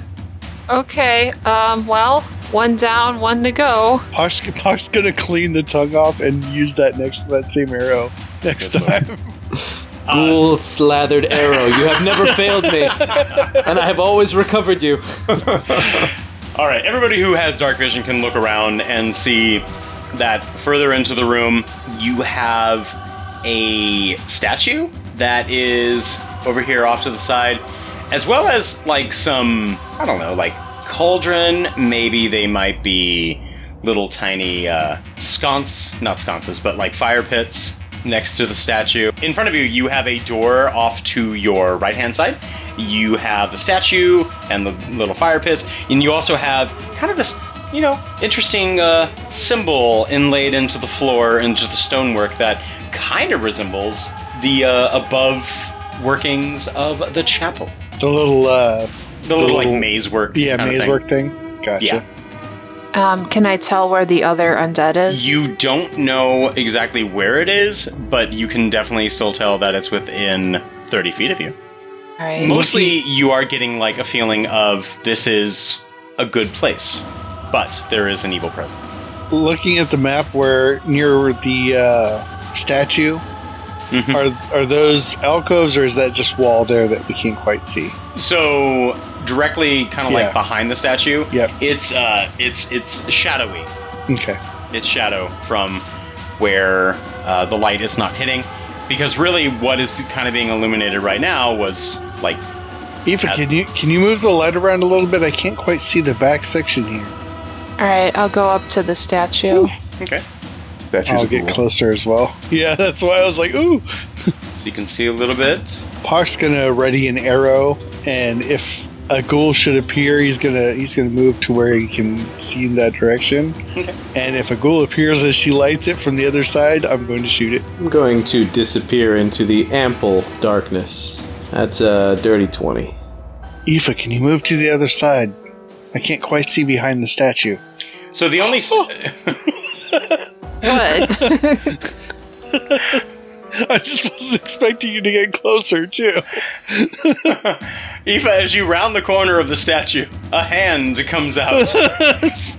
Okay. Um. Well, one down, one to go.
Posh, Posh's gonna clean the tongue off and use that next that same arrow next time.
Ghoul slathered arrow, you have never failed me, and I have always recovered you.
All right, everybody who has dark vision can look around and see that further into the room, you have a statue that is over here off to the side, as well as like some, I don't know, like cauldron. Maybe they might be little tiny uh, sconce, not sconces, but like fire pits next to the statue. In front of you, you have a door off to your right hand side. You have the statue and the little fire pits, and you also have kind of this, you know, interesting uh, symbol inlaid into the floor, into the stonework that kind of resembles the uh, above workings of the chapel.
The little, uh,
The little, like
little-
maze work.
yeah,
kind of
maze
thing.
work thing. Gotcha.
Yeah.
Um. Can I tell where the other undead is?
You don't know exactly where it is, but you can definitely still tell that it's within 30 feet of you.
All
Mm-hmm.
right.
Mostly, you are getting like a feeling of this is a good place, but there is an evil presence.
Looking at the map, where near the uh, statue
Mhm.
are are those alcoves, or is that just wall there that we can't quite see?
So directly, kind of
Yeah.
like behind the statue,
Yep.
it's uh, it's it's shadowy.
Okay.
its shadow from where uh, the light is not hitting, because really, what is kind of being illuminated right now was like
Eva,
Ab-
can you can you move the light around a little bit? I can't quite see the back section here.
All right. I'll go up to the statue.
okay.
That
I'll get closer as well. Yeah, that's why I was like, ooh.
So you can see a little bit.
Park's gonna ready an arrow, and if a ghoul should appear, he's gonna he's gonna move to where he can see in that direction. and if a ghoul appears as she lights it from the other side, I'm going to shoot it.
I'm going to disappear into the ample darkness. That's a dirty 20.
Aoife, can you move to the other side? I can't quite see behind the statue.
So the only s-
What?
I just wasn't expecting you to get closer too.
Eva, as you round the corner of the statue, a hand comes out.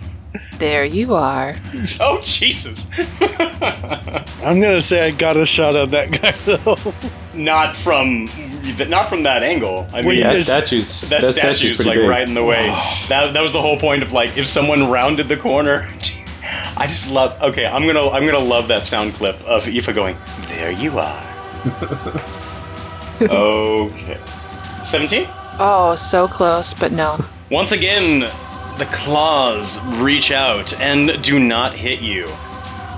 there you are.
oh Jesus!
I'm gonna say I got a shot on that guy though.
not from not from that angle. I mean.
Wait,
That
Is-
statue's,
that,
that statue's,
statue's
pretty
like
big.
right in the way. that, that was the whole point of like if someone rounded the corner. I just love. Okay, I'm gonna I'm gonna love that sound clip of Aoife going. There you are. okay, seventeen.
Oh, so close, but no.
Once again, the claws reach out and do not hit you.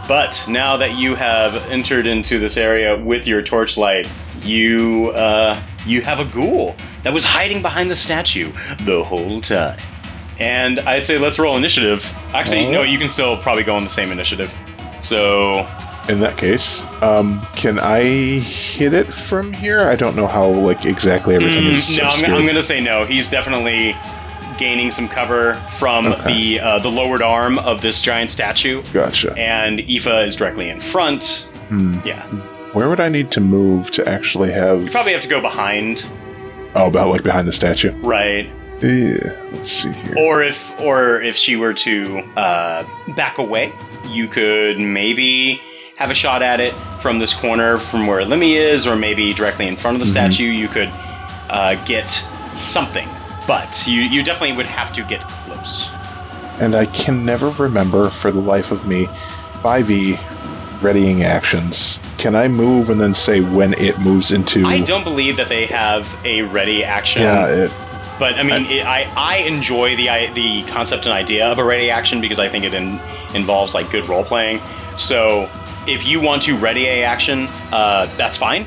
But now that you have entered into this area with your torchlight, you uh, you have a ghoul that was hiding behind the statue the whole time. And I'd say let's roll initiative. Actually, no, you can still probably go on the same initiative. So
In that case, um, can I hit it from here? I don't know how like exactly everything is.
Mm, no, I'm,
obscured.
gonna- I'm going to say no. He's definitely gaining some cover from the uh, the lowered arm of this giant statue,
Gotcha.
and Aoife is directly in front. Yeah, you
Where would I need to move to actually have?
probably have to go behind,
Oh, about like behind the statue.
right?
Yeah. Let's see here.
Or if or if she were to uh, back away, you could maybe have a shot at it from this corner, from where Lemmy is, or maybe directly in front of the statue. You could uh, get something, but you you definitely would have to get close.
And I can never remember for the life of me. By V, readying actions. Can I move and then say when it moves into?
I don't believe that they have a ready action.
Yeah. It,
but I mean, it- I, I enjoy the I, the concept and idea of a ready action because I think it in, involves like good role playing. So if you want to ready a action, uh, that's fine.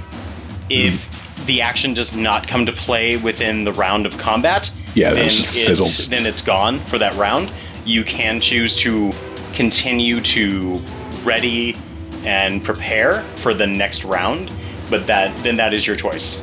If the action does not come to play within the round of combat,
Yeah,
then
that's
it's,
fizzled.
then it's gone for that round. You can choose to continue to ready and prepare for the next round, but that then that is your choice.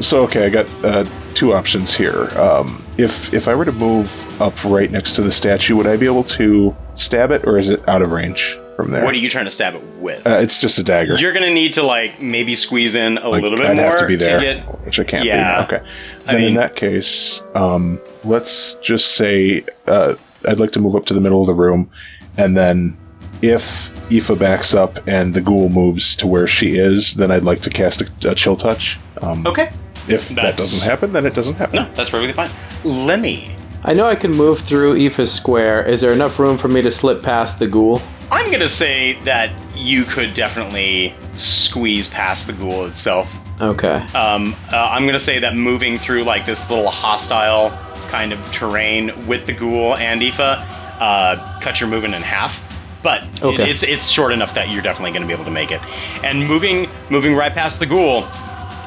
So okay, I got uh, two options here. Um, if if I were to move up right next to the statue, would I be able to stab it, or is it out of range from there?
What are you trying to stab it with?
uh, it's just a dagger.
You're gonna need to like maybe squeeze in a
Like,
little bit
I'd
more
have to be there,
get.
which I can't
Yeah.
be. Okay.
I
Then in
mean-
that case, um, let's just say uh, I'd like to move up to the middle of the room, and then if Aoife backs up and the ghoul moves to where she is, then I'd like to cast a, a chill touch. Um,
Okay,
If that
Oh, That's-
doesn't happen, then it doesn't happen.
no, that's perfectly fine. Lemmy,
I know I can move through Aoife's square. Is there enough room for me to slip past the ghoul?
I'm gonna say that you could definitely squeeze past the ghoul itself.
Okay.
Um, uh, I'm gonna say that moving through like this little hostile kind of terrain with the ghoul and Aoife, uh, cut your movement in half. But it-
Okay.
it's it's short enough that you're definitely gonna be able to make it. And moving moving right past the ghoul,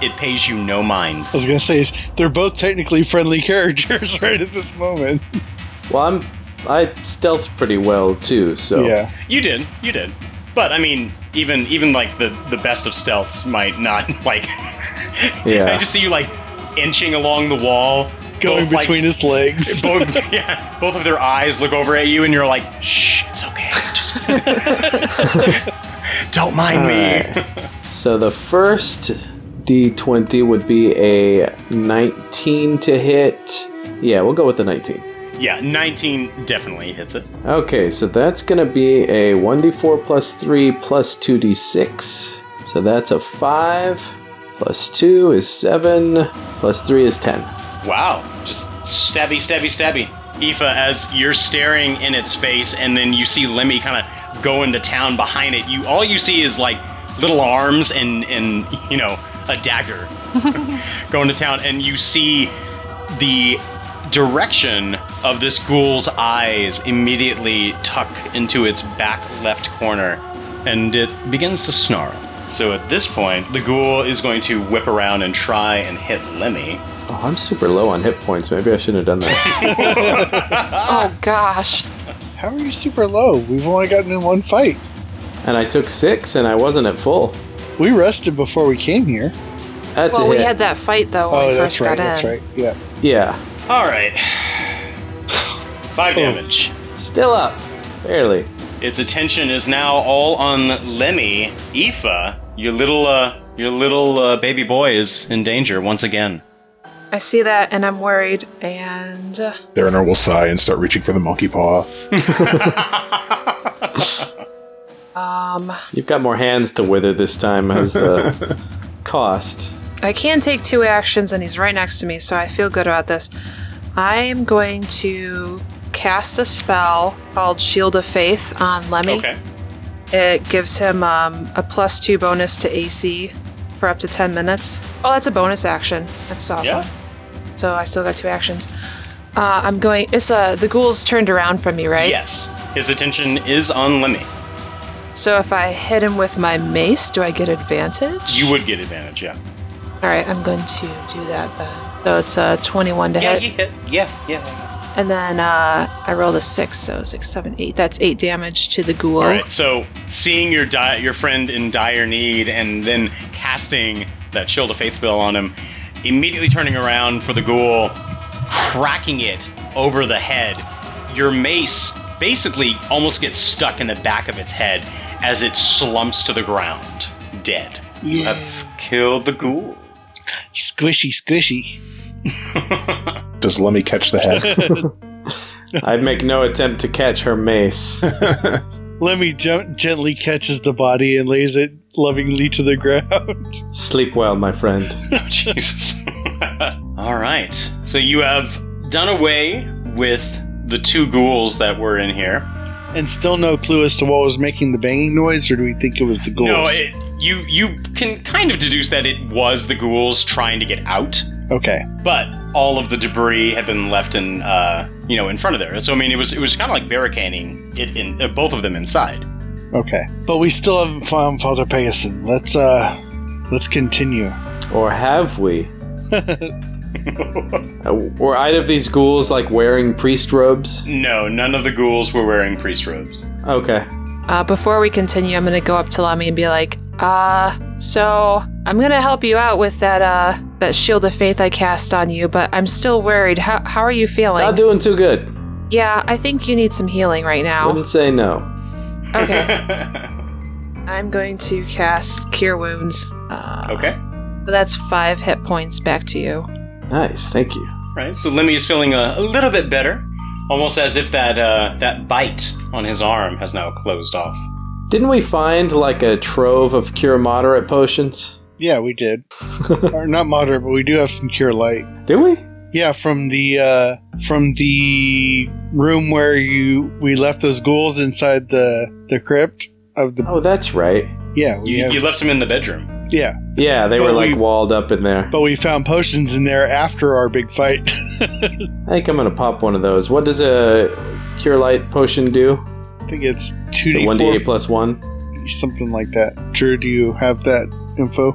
it pays you no mind.
I was gonna say they're both technically friendly characters right at this moment.
Well, I'm I stealth pretty well too, so
Yeah,
You did, you did. But I mean, even even like the the best of stealths might not like.
Yeah.
I just see you like inching along the wall,
going
both, like,
between his legs.
both, yeah, both of their eyes look over at you, and you're like, "Shh, it's okay. Just don't mind me."
So the first D20 would be a 19 to hit. Yeah, we'll go with the 19.
yeah, nineteen definitely hits it.
Okay, so that's going to be a 1d4 plus 3 plus 2d6. So that's a 5. Plus 2 is 7. Plus 3 is 10.
Wow, just stabby, stabby, stabby. Aoife, as you're staring in its face, and then you see Lemmy kind of go into town behind it. You all you see is like little arms and and you know a dagger going to town, and you see the direction of this ghoul's eyes immediately tuck into its back left corner, and it begins to snarl. So at this point, the ghoul is going to whip around and try and hit Lemmy.
Oh, I'm super low on hit points. Maybe I shouldn't have done that.
Ah.
Oh gosh.
How are you super low? We've only gotten in one fight.
and I took 6 and I wasn't at full.
We rested before we came here.
That's
well,
a
we
hit.
had that fight though when
oh,
we
that's
first
right.
got in.
That's right. Yeah.
yeah.
All right. Five damage.
Still up. Barely.
Its attention is now all on Lemmy. Aoife, your little, uh, your little uh, baby boy is in danger once again.
I see that and I'm worried and uh,
Darren will sigh and start reaching for the monkey paw.
um
You've got more hands to wither this time as the cost.
I can take two actions and he's right next to me, so I feel good about this. I am going to cast a spell called Shield of Faith on Lemmy.
Okay.
It gives him um, a plus two bonus to AC for up to 10 minutes. Oh, that's a bonus action. That's awesome.
Yeah.
So I still got two actions. Uh, I'm going. It's uh the ghouls turned around from me, right?
Yes. His attention is on Lemmy.
So if I hit him with my mace, do I get advantage?
You would get advantage, yeah.
All right, I'm going to do that then. So it's a 21 to
Yeah,
hit,
he hit. Yeah, yeah.
and then uh, I rolled a six, so six, seven, eight. That's eight damage to the ghoul.
All right. So seeing your di- your friend in dire need, and then casting that shield of faith spell on him, immediately turning around for the ghoul, cracking it over the head. Your mace basically almost gets stuck in the back of its head as it slumps to the ground, dead.
Yeah.
I've killed the ghoul.
Squishy, squishy.
Does Lemmy catch the head?
I make no attempt to catch her mace.
Lemmy gen- gently catches the body and lays it lovingly to the ground.
Sleep well, my friend.
Oh, Jesus. All right. So you have done away with the two ghouls that were in here.
and still no clue as to what was making the banging noise, or do we think it was the ghouls?
No, it, you you can kind of deduce that it was the ghouls trying to get out,
okay.
but all of the debris had been left in uh, you know in front of there. So I mean, it was it was kind of like barricading it in uh, both of them inside.
Okay. But we still haven't found Father Pegasus. Let's uh let's continue.
Or have we? Uh, Were either of these ghouls like wearing priest robes?
No, none of the ghouls were wearing priest robes.
Okay.
Uh, before we continue, I'm going to go up to Lami and be like, uh, so I'm going to help you out with that, uh, that shield of faith I cast on you, but I'm still worried. How, how are you feeling?
Not doing too good.
yeah, I think you need some healing right now.
Wouldn't say no.
Okay. I'm going to cast Cure Wounds. Uh,
okay.
So that's five hit points back to you.
Nice, thank you.
Right, so Lemmy is feeling a, a little bit better, almost as if that uh, that bite on his arm has now closed off.
Didn't we find like a trove of cure moderate potions?
Yeah, we did. or not moderate, but we do have some cure light.
Did we?
Yeah, from the uh from the room where you we left those ghouls inside the the crypt of the
Oh, that's right.
yeah, we
You,
have-
you left him in the bedroom.
yeah.
Yeah, they
But
were like
we-
walled up in there.
But we found potions in there after our big fight.
I think I'm gonna pop one of those. What does a cure light potion do?
I think it's
Is it 1d8
2d4
plus 1?
something like that. Drew, do you have that info?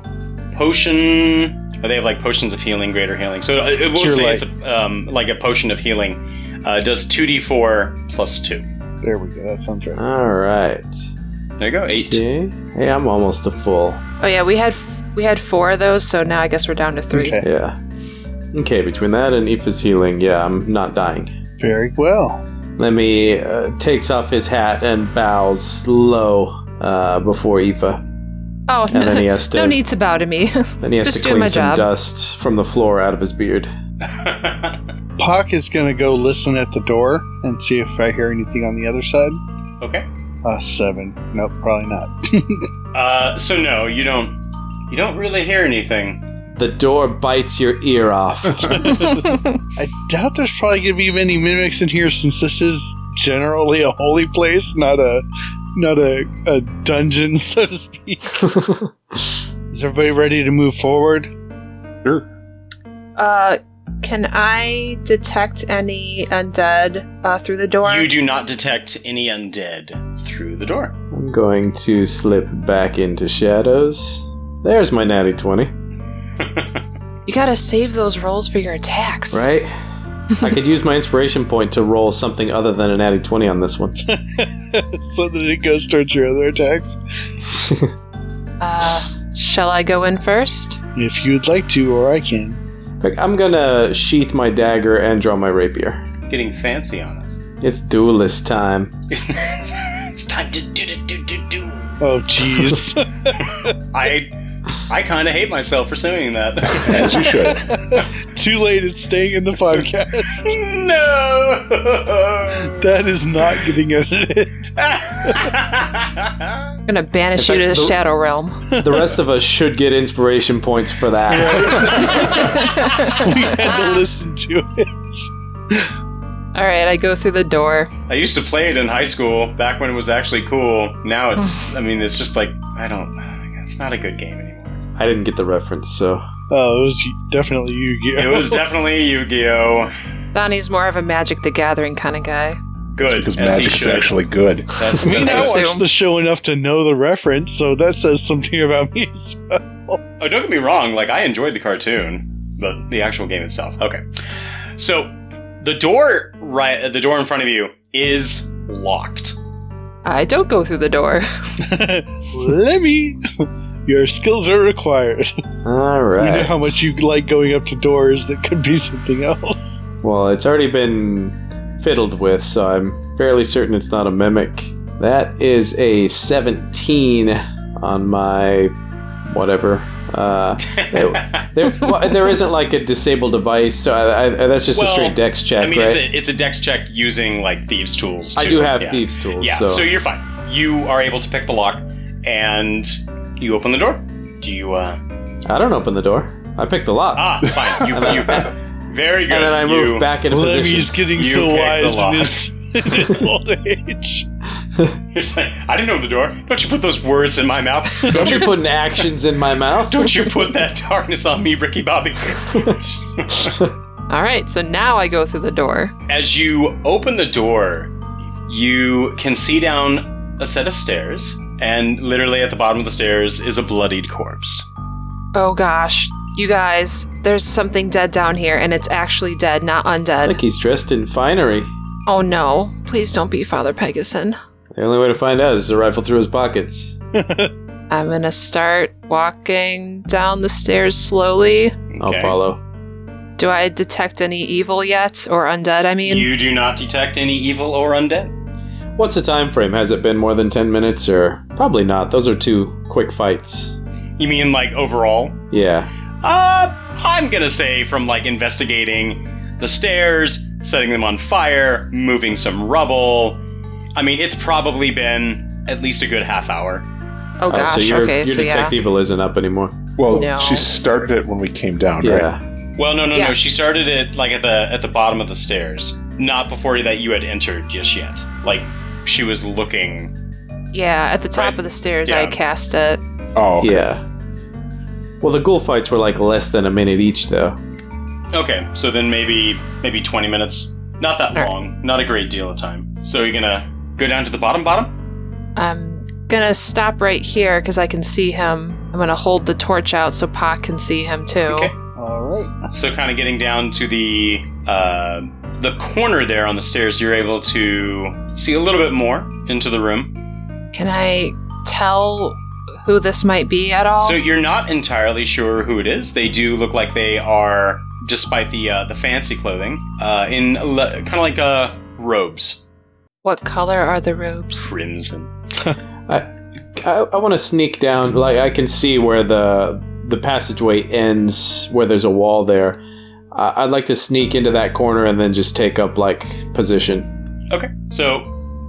Potion. Oh, they have like potions of healing, greater healing. So uh, it will
Cure
say
light.
it's a, um, like a potion of healing. Uh, does two d four plus two.
There we go. That sounds right.
Alright.
There you go, eight.
Okay. Hey, I'm almost a full.
Oh yeah, we had we had four of those, so now I guess we're down to three.
Okay.
Yeah. Okay, between that and Aoife's healing, yeah, I'm not dying.
Very well.
Lemmy uh, takes off his hat and bows low uh, before Aoife.
Oh,
And then he has to-
no need to bow to me.
Then he has
Just
to
doing my
clean some
job.
dust from the floor out of his beard.
Pock is going to go listen at the door and see if I hear anything on the other side.
okay.
Uh, seven. Nope, probably not.
Uh, so no, you don't. You don't really hear anything.
The door bites your ear off.
I doubt there's probably going to be many mimics in here since this is generally a holy place, not a not a, a dungeon, so to speak. is everybody ready to move forward?
Uh, can I detect any undead uh, through the door?
You do not detect any undead through the door.
I'm going to slip back into shadows. There's my natty 20,
You gotta save those rolls for your attacks.
right? I could use my inspiration point to roll something other than a natty 20 on this one.
so that it goes towards your other attacks.
Uh, shall I go in first?
If you'd like to, or I can.
Like, I'm gonna sheath my dagger and draw my rapier.
Getting fancy on us.
It's duelist time.
it's time to do do do do do.
Oh, jeez.
I I kind of hate myself for saying that.
As you should.
Too late. It's staying in the podcast.
no.
That is not getting edited.
I'm gonna banish you
fact,
to the
the-
Shadow Realm.
The rest of us should get inspiration points for that.
we had to listen to it.
All right, I go through the door.
I used to play it in high school back when it was actually cool. Now
Hmm.
it's I mean it's just like I don't it's not a good game anymore.
I didn't get the reference, so.
Oh, it was definitely Yu Gi
It
Oh!
was definitely Yu-Gi-Oh.
Donnie's more of a Magic the Gathering kind of guy.
Good.
because
as he
magic is
should.
actually good.
That's
I mean, I
that's-
watched
Assume.
the show enough to know the reference, so that says something about me. as well.
Oh, don't get me wrong. Like I enjoyed the cartoon, but the actual game itself. Okay. So the door right, the door in front of you is locked.
I don't go through the door.
Lemmy, your skills are required.
All right.
You know how much you like going up to doors that could be something else.
Well, it's already been fiddled with, so I'm fairly certain it's not a mimic. That is a 17 on my whatever.
Oh,
Uh, it- there, well, there isn't like a disabled device, so I, I, that's just
Well,
a straight dex check,
I mean,
right?
it's a it's a dex check using like thieves tools.
I
too.
do have
yeah.
thieves' tools,
Yeah.
so,
So. you're fine. You are able to pick the lock, and you open the door. Do you? uh
I don't open the door. I pick the lock,
Ah, fine. You. you very good.
and then I move
you,
back into
Lemmy's
position.
getting
You
so
pick the
wise in
lock.
his, in his old age.
You're saying, I didn't open the door. Don't you put those words in my mouth. Don't
Don't
you
you putting actions in my mouth?
don't you put that darkness on me, Ricky Bobby.
All right, so now I go through the door.
As you open the door, you can see down a set of stairs, and literally at the bottom of the stairs is a bloodied corpse.
Oh gosh, you guys, there's something dead down here, and it's actually dead, not undead.
Like he's dressed in finery.
oh no, please don't be Father Pegason.
The only way to find out is to rifle through his pockets.
I'm gonna start walking down the stairs slowly.
I'll
Okay.
follow.
Do I detect any evil yet, or undead? I mean,
You do not detect any evil or undead.
What's the time frame? Has it been more than 10 minutes or probably not? Those are two quick fights.
You mean like overall?
Yeah.
Uh, I'm gonna say from like investigating the stairs, setting them on fire, moving some rubble. I mean, it's probably been at least a good half hour.
oh
Uh,
gosh,
so your,
okay,
your
so yeah.
detect evil isn't up anymore.
Well,
No.
she started it when we came down, right?
Yeah.
Well, no, no,
Yeah.
no. She started it like at the at the bottom of the stairs, not before that you had entered just yet. Like she was looking.
Yeah, at the top
Right.
of the stairs, I
Yeah.
cast it.
Oh, okay.
Yeah. Well, the ghoul fights were like less than a minute each, though.
Okay, so then maybe maybe twenty minutes. Not that
All right.
long. Not a great deal of time. So you're gonna go down to the bottom, bottom.
I'm gonna stop right here because I can see him. I'm gonna hold the torch out so Pa can see him too.
Okay.
All right.
So kind of getting down to the uh, the corner there on the stairs, you're able to see a little bit more into the room.
Can I tell who this might be at all?
So you're not entirely sure who it is. They do look like they are, despite the uh, the fancy clothing, uh, in le- kind of like uh, robes,
what color are the robes?
crimson.
I, I want to sneak down. Like I can see where the the passageway ends, where there's a wall there. I, I'd like to sneak into that corner and then just take up like position.
Okay, so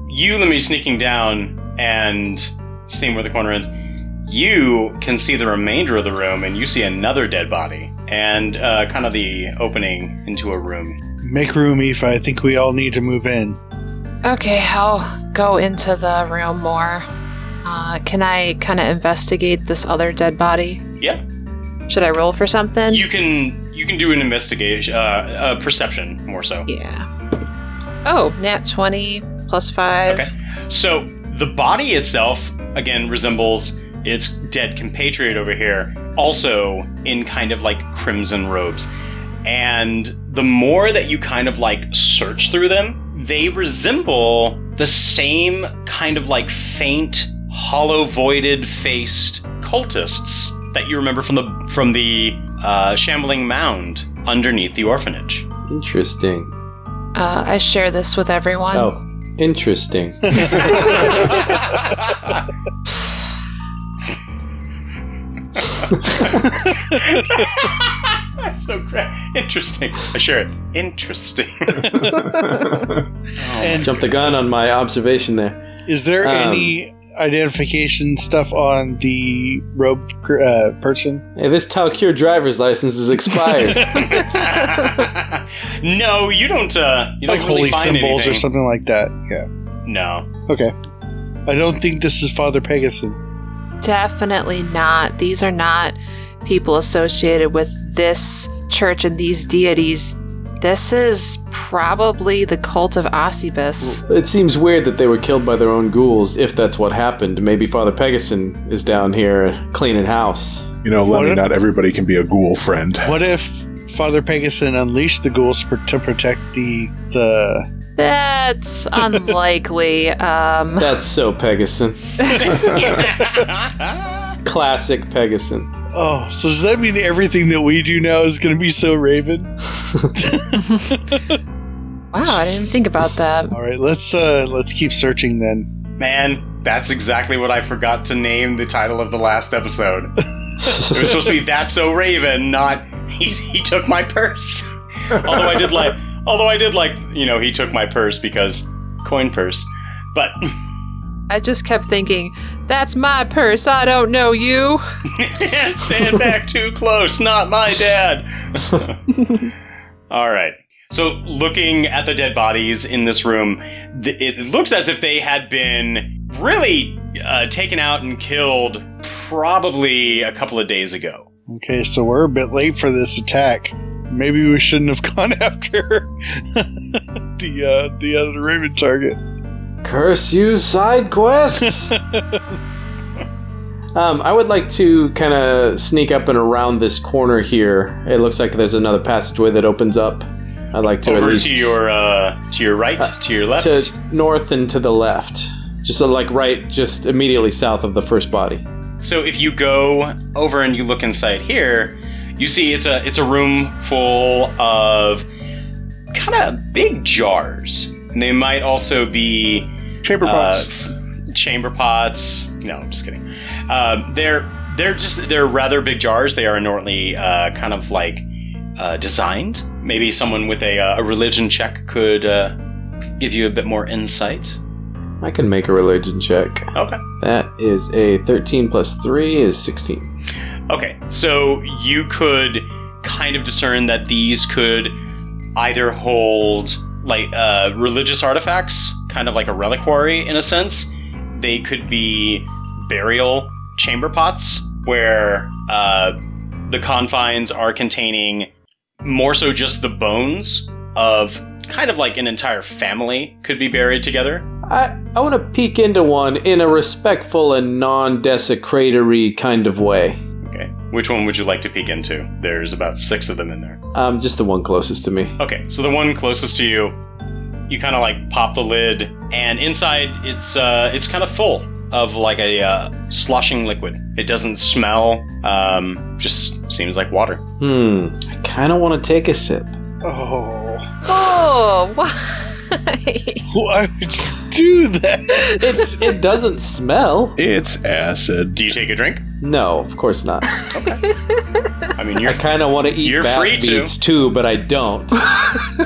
you let me sneaking down and seeing where the corner ends. You can see the remainder of the room, and you see another dead body, and uh, kind of the opening into a room.
Make room, Aoife. I think we all need to move in.
Okay, I'll go into the room more. Uh, can I kind of investigate this other dead body?
Yeah,
Should I roll for something?
you can you can do an investigation, uh, a perception more so.
yeah. Oh, nat 20 plus 5.
Okay. So the body itself, again, resembles its dead compatriot over here, also in kind of like crimson robes. And the more that you kind of like search through them, they resemble the same kind of like faint, hollow voided faced cultists that you remember from the from the uh, shambling mound underneath the orphanage.
Interesting.
Uh, I share this with everyone.
Oh, interesting.
That's so great. Interesting. I share it. Interesting.
And
Jump the gun on my observation there.
is there
Um,
any identification stuff on the robe cr- uh, person?
Hey, this Talcure driver's license is expired.
no, you don't. Uh, you don't
Like
really
holy
find
symbols or
anything.
something like that. Yeah.
No.
Okay. I don't think this is Father Pegasus.
Definitely not. These are not people associated with this church and these deities. This is probably the cult of Ossibus.
It seems weird that they were killed by their own ghouls, if that's what happened. Maybe Father Pegason is down here cleaning house.
You know,
What
Lemmy,
if-
not everybody can be a ghoul friend.
What if Father Pegason unleashed the ghouls pr- to protect the the?
That's unlikely. Um,
That's so Pegason. Classic Pegason.
Oh, so does that mean everything that we do now is going to be so Raven?
wow, I didn't think about that.
All right, let's uh let's keep searching then.
Man, that's exactly what I forgot to name the title of the last episode. it was supposed to be "That's So Raven," not "He, he took my purse." although I did like, although I did like, you know, he took my purse because coin purse. But
I just kept thinking, that's my purse. I don't know you.
stand back too close, not my dad. All right. So, looking at the dead bodies in this room, th- it looks as if they had been really uh, taken out and killed probably a couple of days ago.
Okay, so we're a bit late for this attack. Maybe we shouldn't have gone after the uh, the other Raven target.
Curse you, side quests! um, I would like to kind of sneak up and around this corner here. It looks like there's another passageway that opens up. I'd like to at
Over
least
to your uh, to your right, to your left.
to north and to the left, just so like right, just immediately south of the first body.
So if you go over and you look inside here, you see it's a it's a room full of kind of big jars. And they might also be
Chamber
uh, f- chamber pots. No, I'm just kidding. Um, they're they're just they're rather big jars. They are inordinately uh, kind of like uh, designed. Maybe someone with a, uh, a religion check could uh, give you a bit more insight.
I can make a religion check.
Okay.
That is a 13 plus 3 is 16.
Okay, so you could kind of discern that these could either hold like uh, religious artifacts, kind of like a reliquary in a sense. They could be burial chamber pots where uh, the confines are containing more so just the bones of kind of like an entire family could be buried together.
I, I want to peek into one in a respectful and non desecratory kind of way.
Okay, which one would you like to peek into? There's about six of them in there.
Um, just the one closest to me.
Okay, so the one closest to you, you kind of like pop the lid, and inside it's uh, it's kind of full of like a uh, sloshing liquid. It doesn't smell. Um, just seems like water.
Hmm. I kind of want to take a sip.
Oh,
Oh, why?
why would you do that?
It's, it doesn't smell.
It's acid.
Do you take a drink?
No, of course not.
I mean,
I
you're
kind of want to eat
You're
bat
free to.
beans too, but I don't.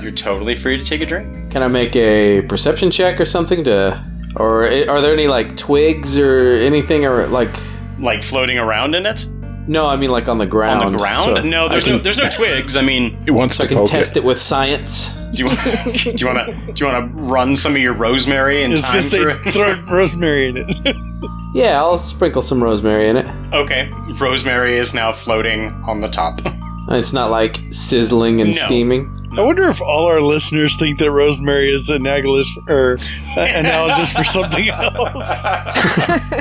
you're totally free to take a drink.
Can I make a perception check or something to, or i- are there any like twigs or anything or like?
Like floating around in it
No, I mean like on the ground.
on the ground.
so
no, there's
I can,
no there's no twigs. I mean,
It wants
So I
to
can
poke
test
it.
it. with science.
do you want do you want to do you want to run some of your rosemary
I
and
was
time
gonna say
through it?
throw rosemary in it.
Yeah, I'll sprinkle some rosemary in it.
Okay, rosemary is now floating on the top.
It's not like sizzling and
No.
steaming.
I wonder if all our listeners think that rosemary is an analogist or an analogist for something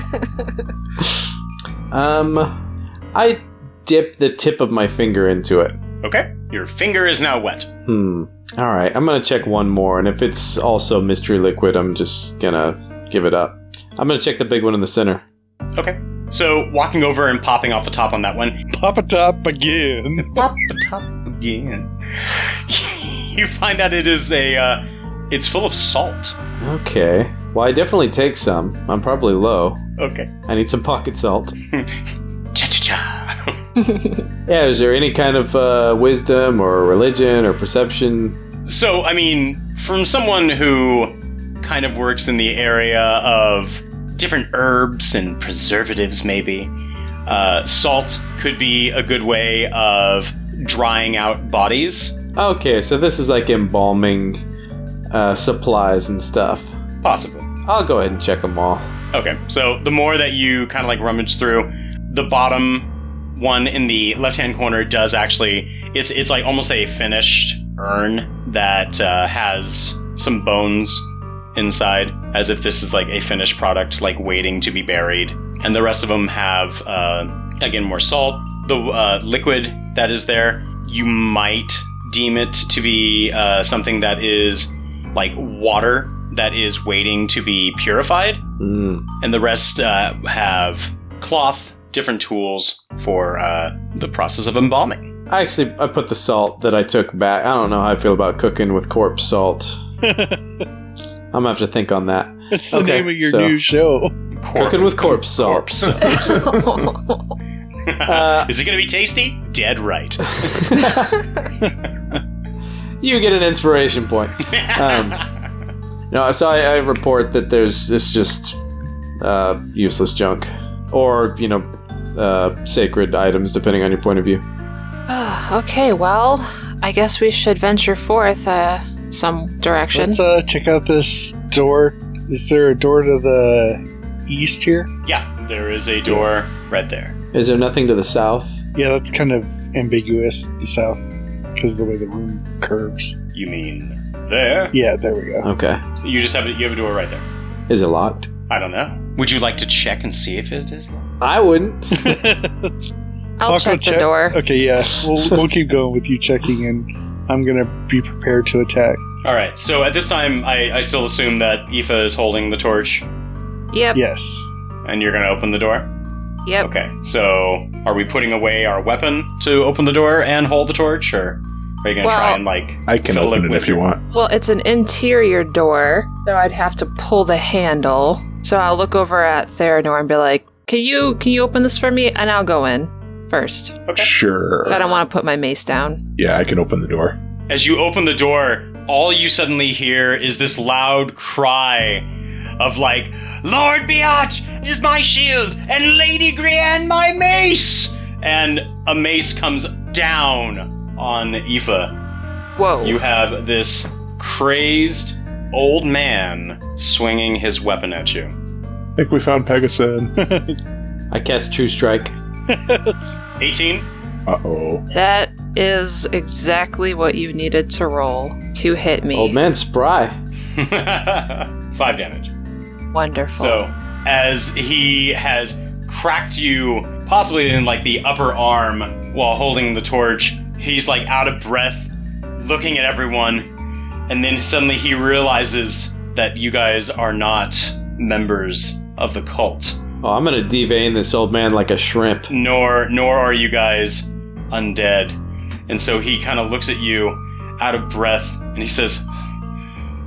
else.
Um, I dip the tip of my finger into it.
Okay, your finger is now wet.
Hmm. All right, I'm gonna check one more, and if it's also mystery liquid, I'm just gonna give it up. I'm gonna check the big one in the center.
Okay. So walking over and popping off the top on that one.
Pop a top again.
Pop the top again. you find that it is a. Uh, it's full of salt.
Okay. Well, I definitely take some. I'm probably low.
Okay.
I need some pocket salt.
Cha cha cha.
Yeah, is there any kind of uh, wisdom or religion or perception?
So I mean, from someone who kind of works in the area of different herbs and preservatives, maybe uh, salt could be a good way of drying out bodies.
Okay, so this is like embalming uh, supplies and stuff.
Possibly.
I'll go ahead and check them all.
Okay, so the more that you kind of like rummage through, the bottom one in the left-hand corner does actually it's it's like almost a finished urn that uh, has some bones inside, as if this is like a finished product, like waiting to be buried. And the rest of them have, uh, again, more salt. The uh, liquid that is there, you might deem it to be uh, something that is like water that is waiting to be purified.
Mm.
And the rest uh, have cloth, different tools for uh, the process of embalming.
I actually I put the salt that I took back. I don't know how I feel about cooking with corpse salt. I'm gonna have to think on that.
That's the
Okay,
name of your
so-
new show.
Cooking with corpse salt. Uh,
Corpse. Is it going to be tasty? Dead right.
you get an inspiration point. Um, no, so I, I report that there's it's just uh, useless junk, or you know, uh, sacred items, depending on your point of view.
okay, well, I guess we should venture forth uh, some direction.
Let's uh, check out this door. Is there a door to the east here?
Yeah, there is a door right there.
Is there nothing to the south?
Yeah, that's kind of ambiguous, the south, because of the way the room curves.
You mean there?
Yeah, there we go.
Okay.
You just have a, you have a door right there.
Is it locked?
I don't know. Would you like to check and see if it is locked?
I wouldn't.
I'll
I'll go
check the
check.
door.
Okay, yeah, we'll, we'll keep going with you checking and I'm going to be prepared to attack.
All right. So at this time, I, I still assume that Aoife is holding the torch,
Yep,
Yes.
and you're going to open the door.
yep.
Okay. So are we putting away our weapon to open the door and hold the torch, or are you going to try
Well-
and like?
I can
Fill
open
it
it
with
if you
your-
want.
Well, it's an interior door, so I'd have to pull the handle. So I'll look over at Theranor and be like, "Can you can you open this for me?" And I'll go in first.
Okay.
Sure.
I don't want to put my mace down.
Yeah, I can open the door.
As you open the door, all you suddenly hear is this loud cry of like, Lord Biatch is my shield, and Lady Grianne my mace! And a mace comes down on Aoife.
Whoa!
You have this crazed old man swinging his weapon at you.
I think we found Pegasus. uh
I cast True Strike.
18?
oh.
that is exactly what you needed to roll to hit me.
Old man spry.
Five damage.
Wonderful.
So, as he has cracked you, possibly in like the upper arm while holding the torch, he's like out of breath, looking at everyone, and then suddenly he realizes that you guys are not members of the cult,
Oh, I'm gonna devein this old man like a shrimp.
nor nor are you guys undead. And so he kind of looks at you, out of breath, and he says,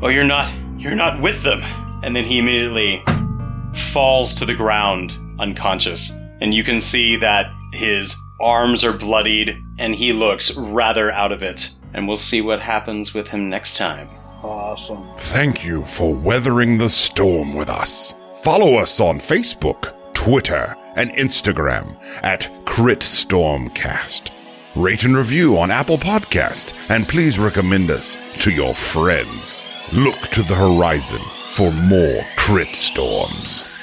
"Oh, you're not you're not with them." And then he immediately falls to the ground unconscious. And you can see that his arms are bloodied and he looks rather out of it. And we'll see what happens with him next time.
Awesome.
Thank you for weathering the storm with us. Follow us on Facebook, Twitter, and Instagram at CritStormcast. Rate and review on Apple Podcast, and please recommend us to your friends. Look to the horizon for more crit storms.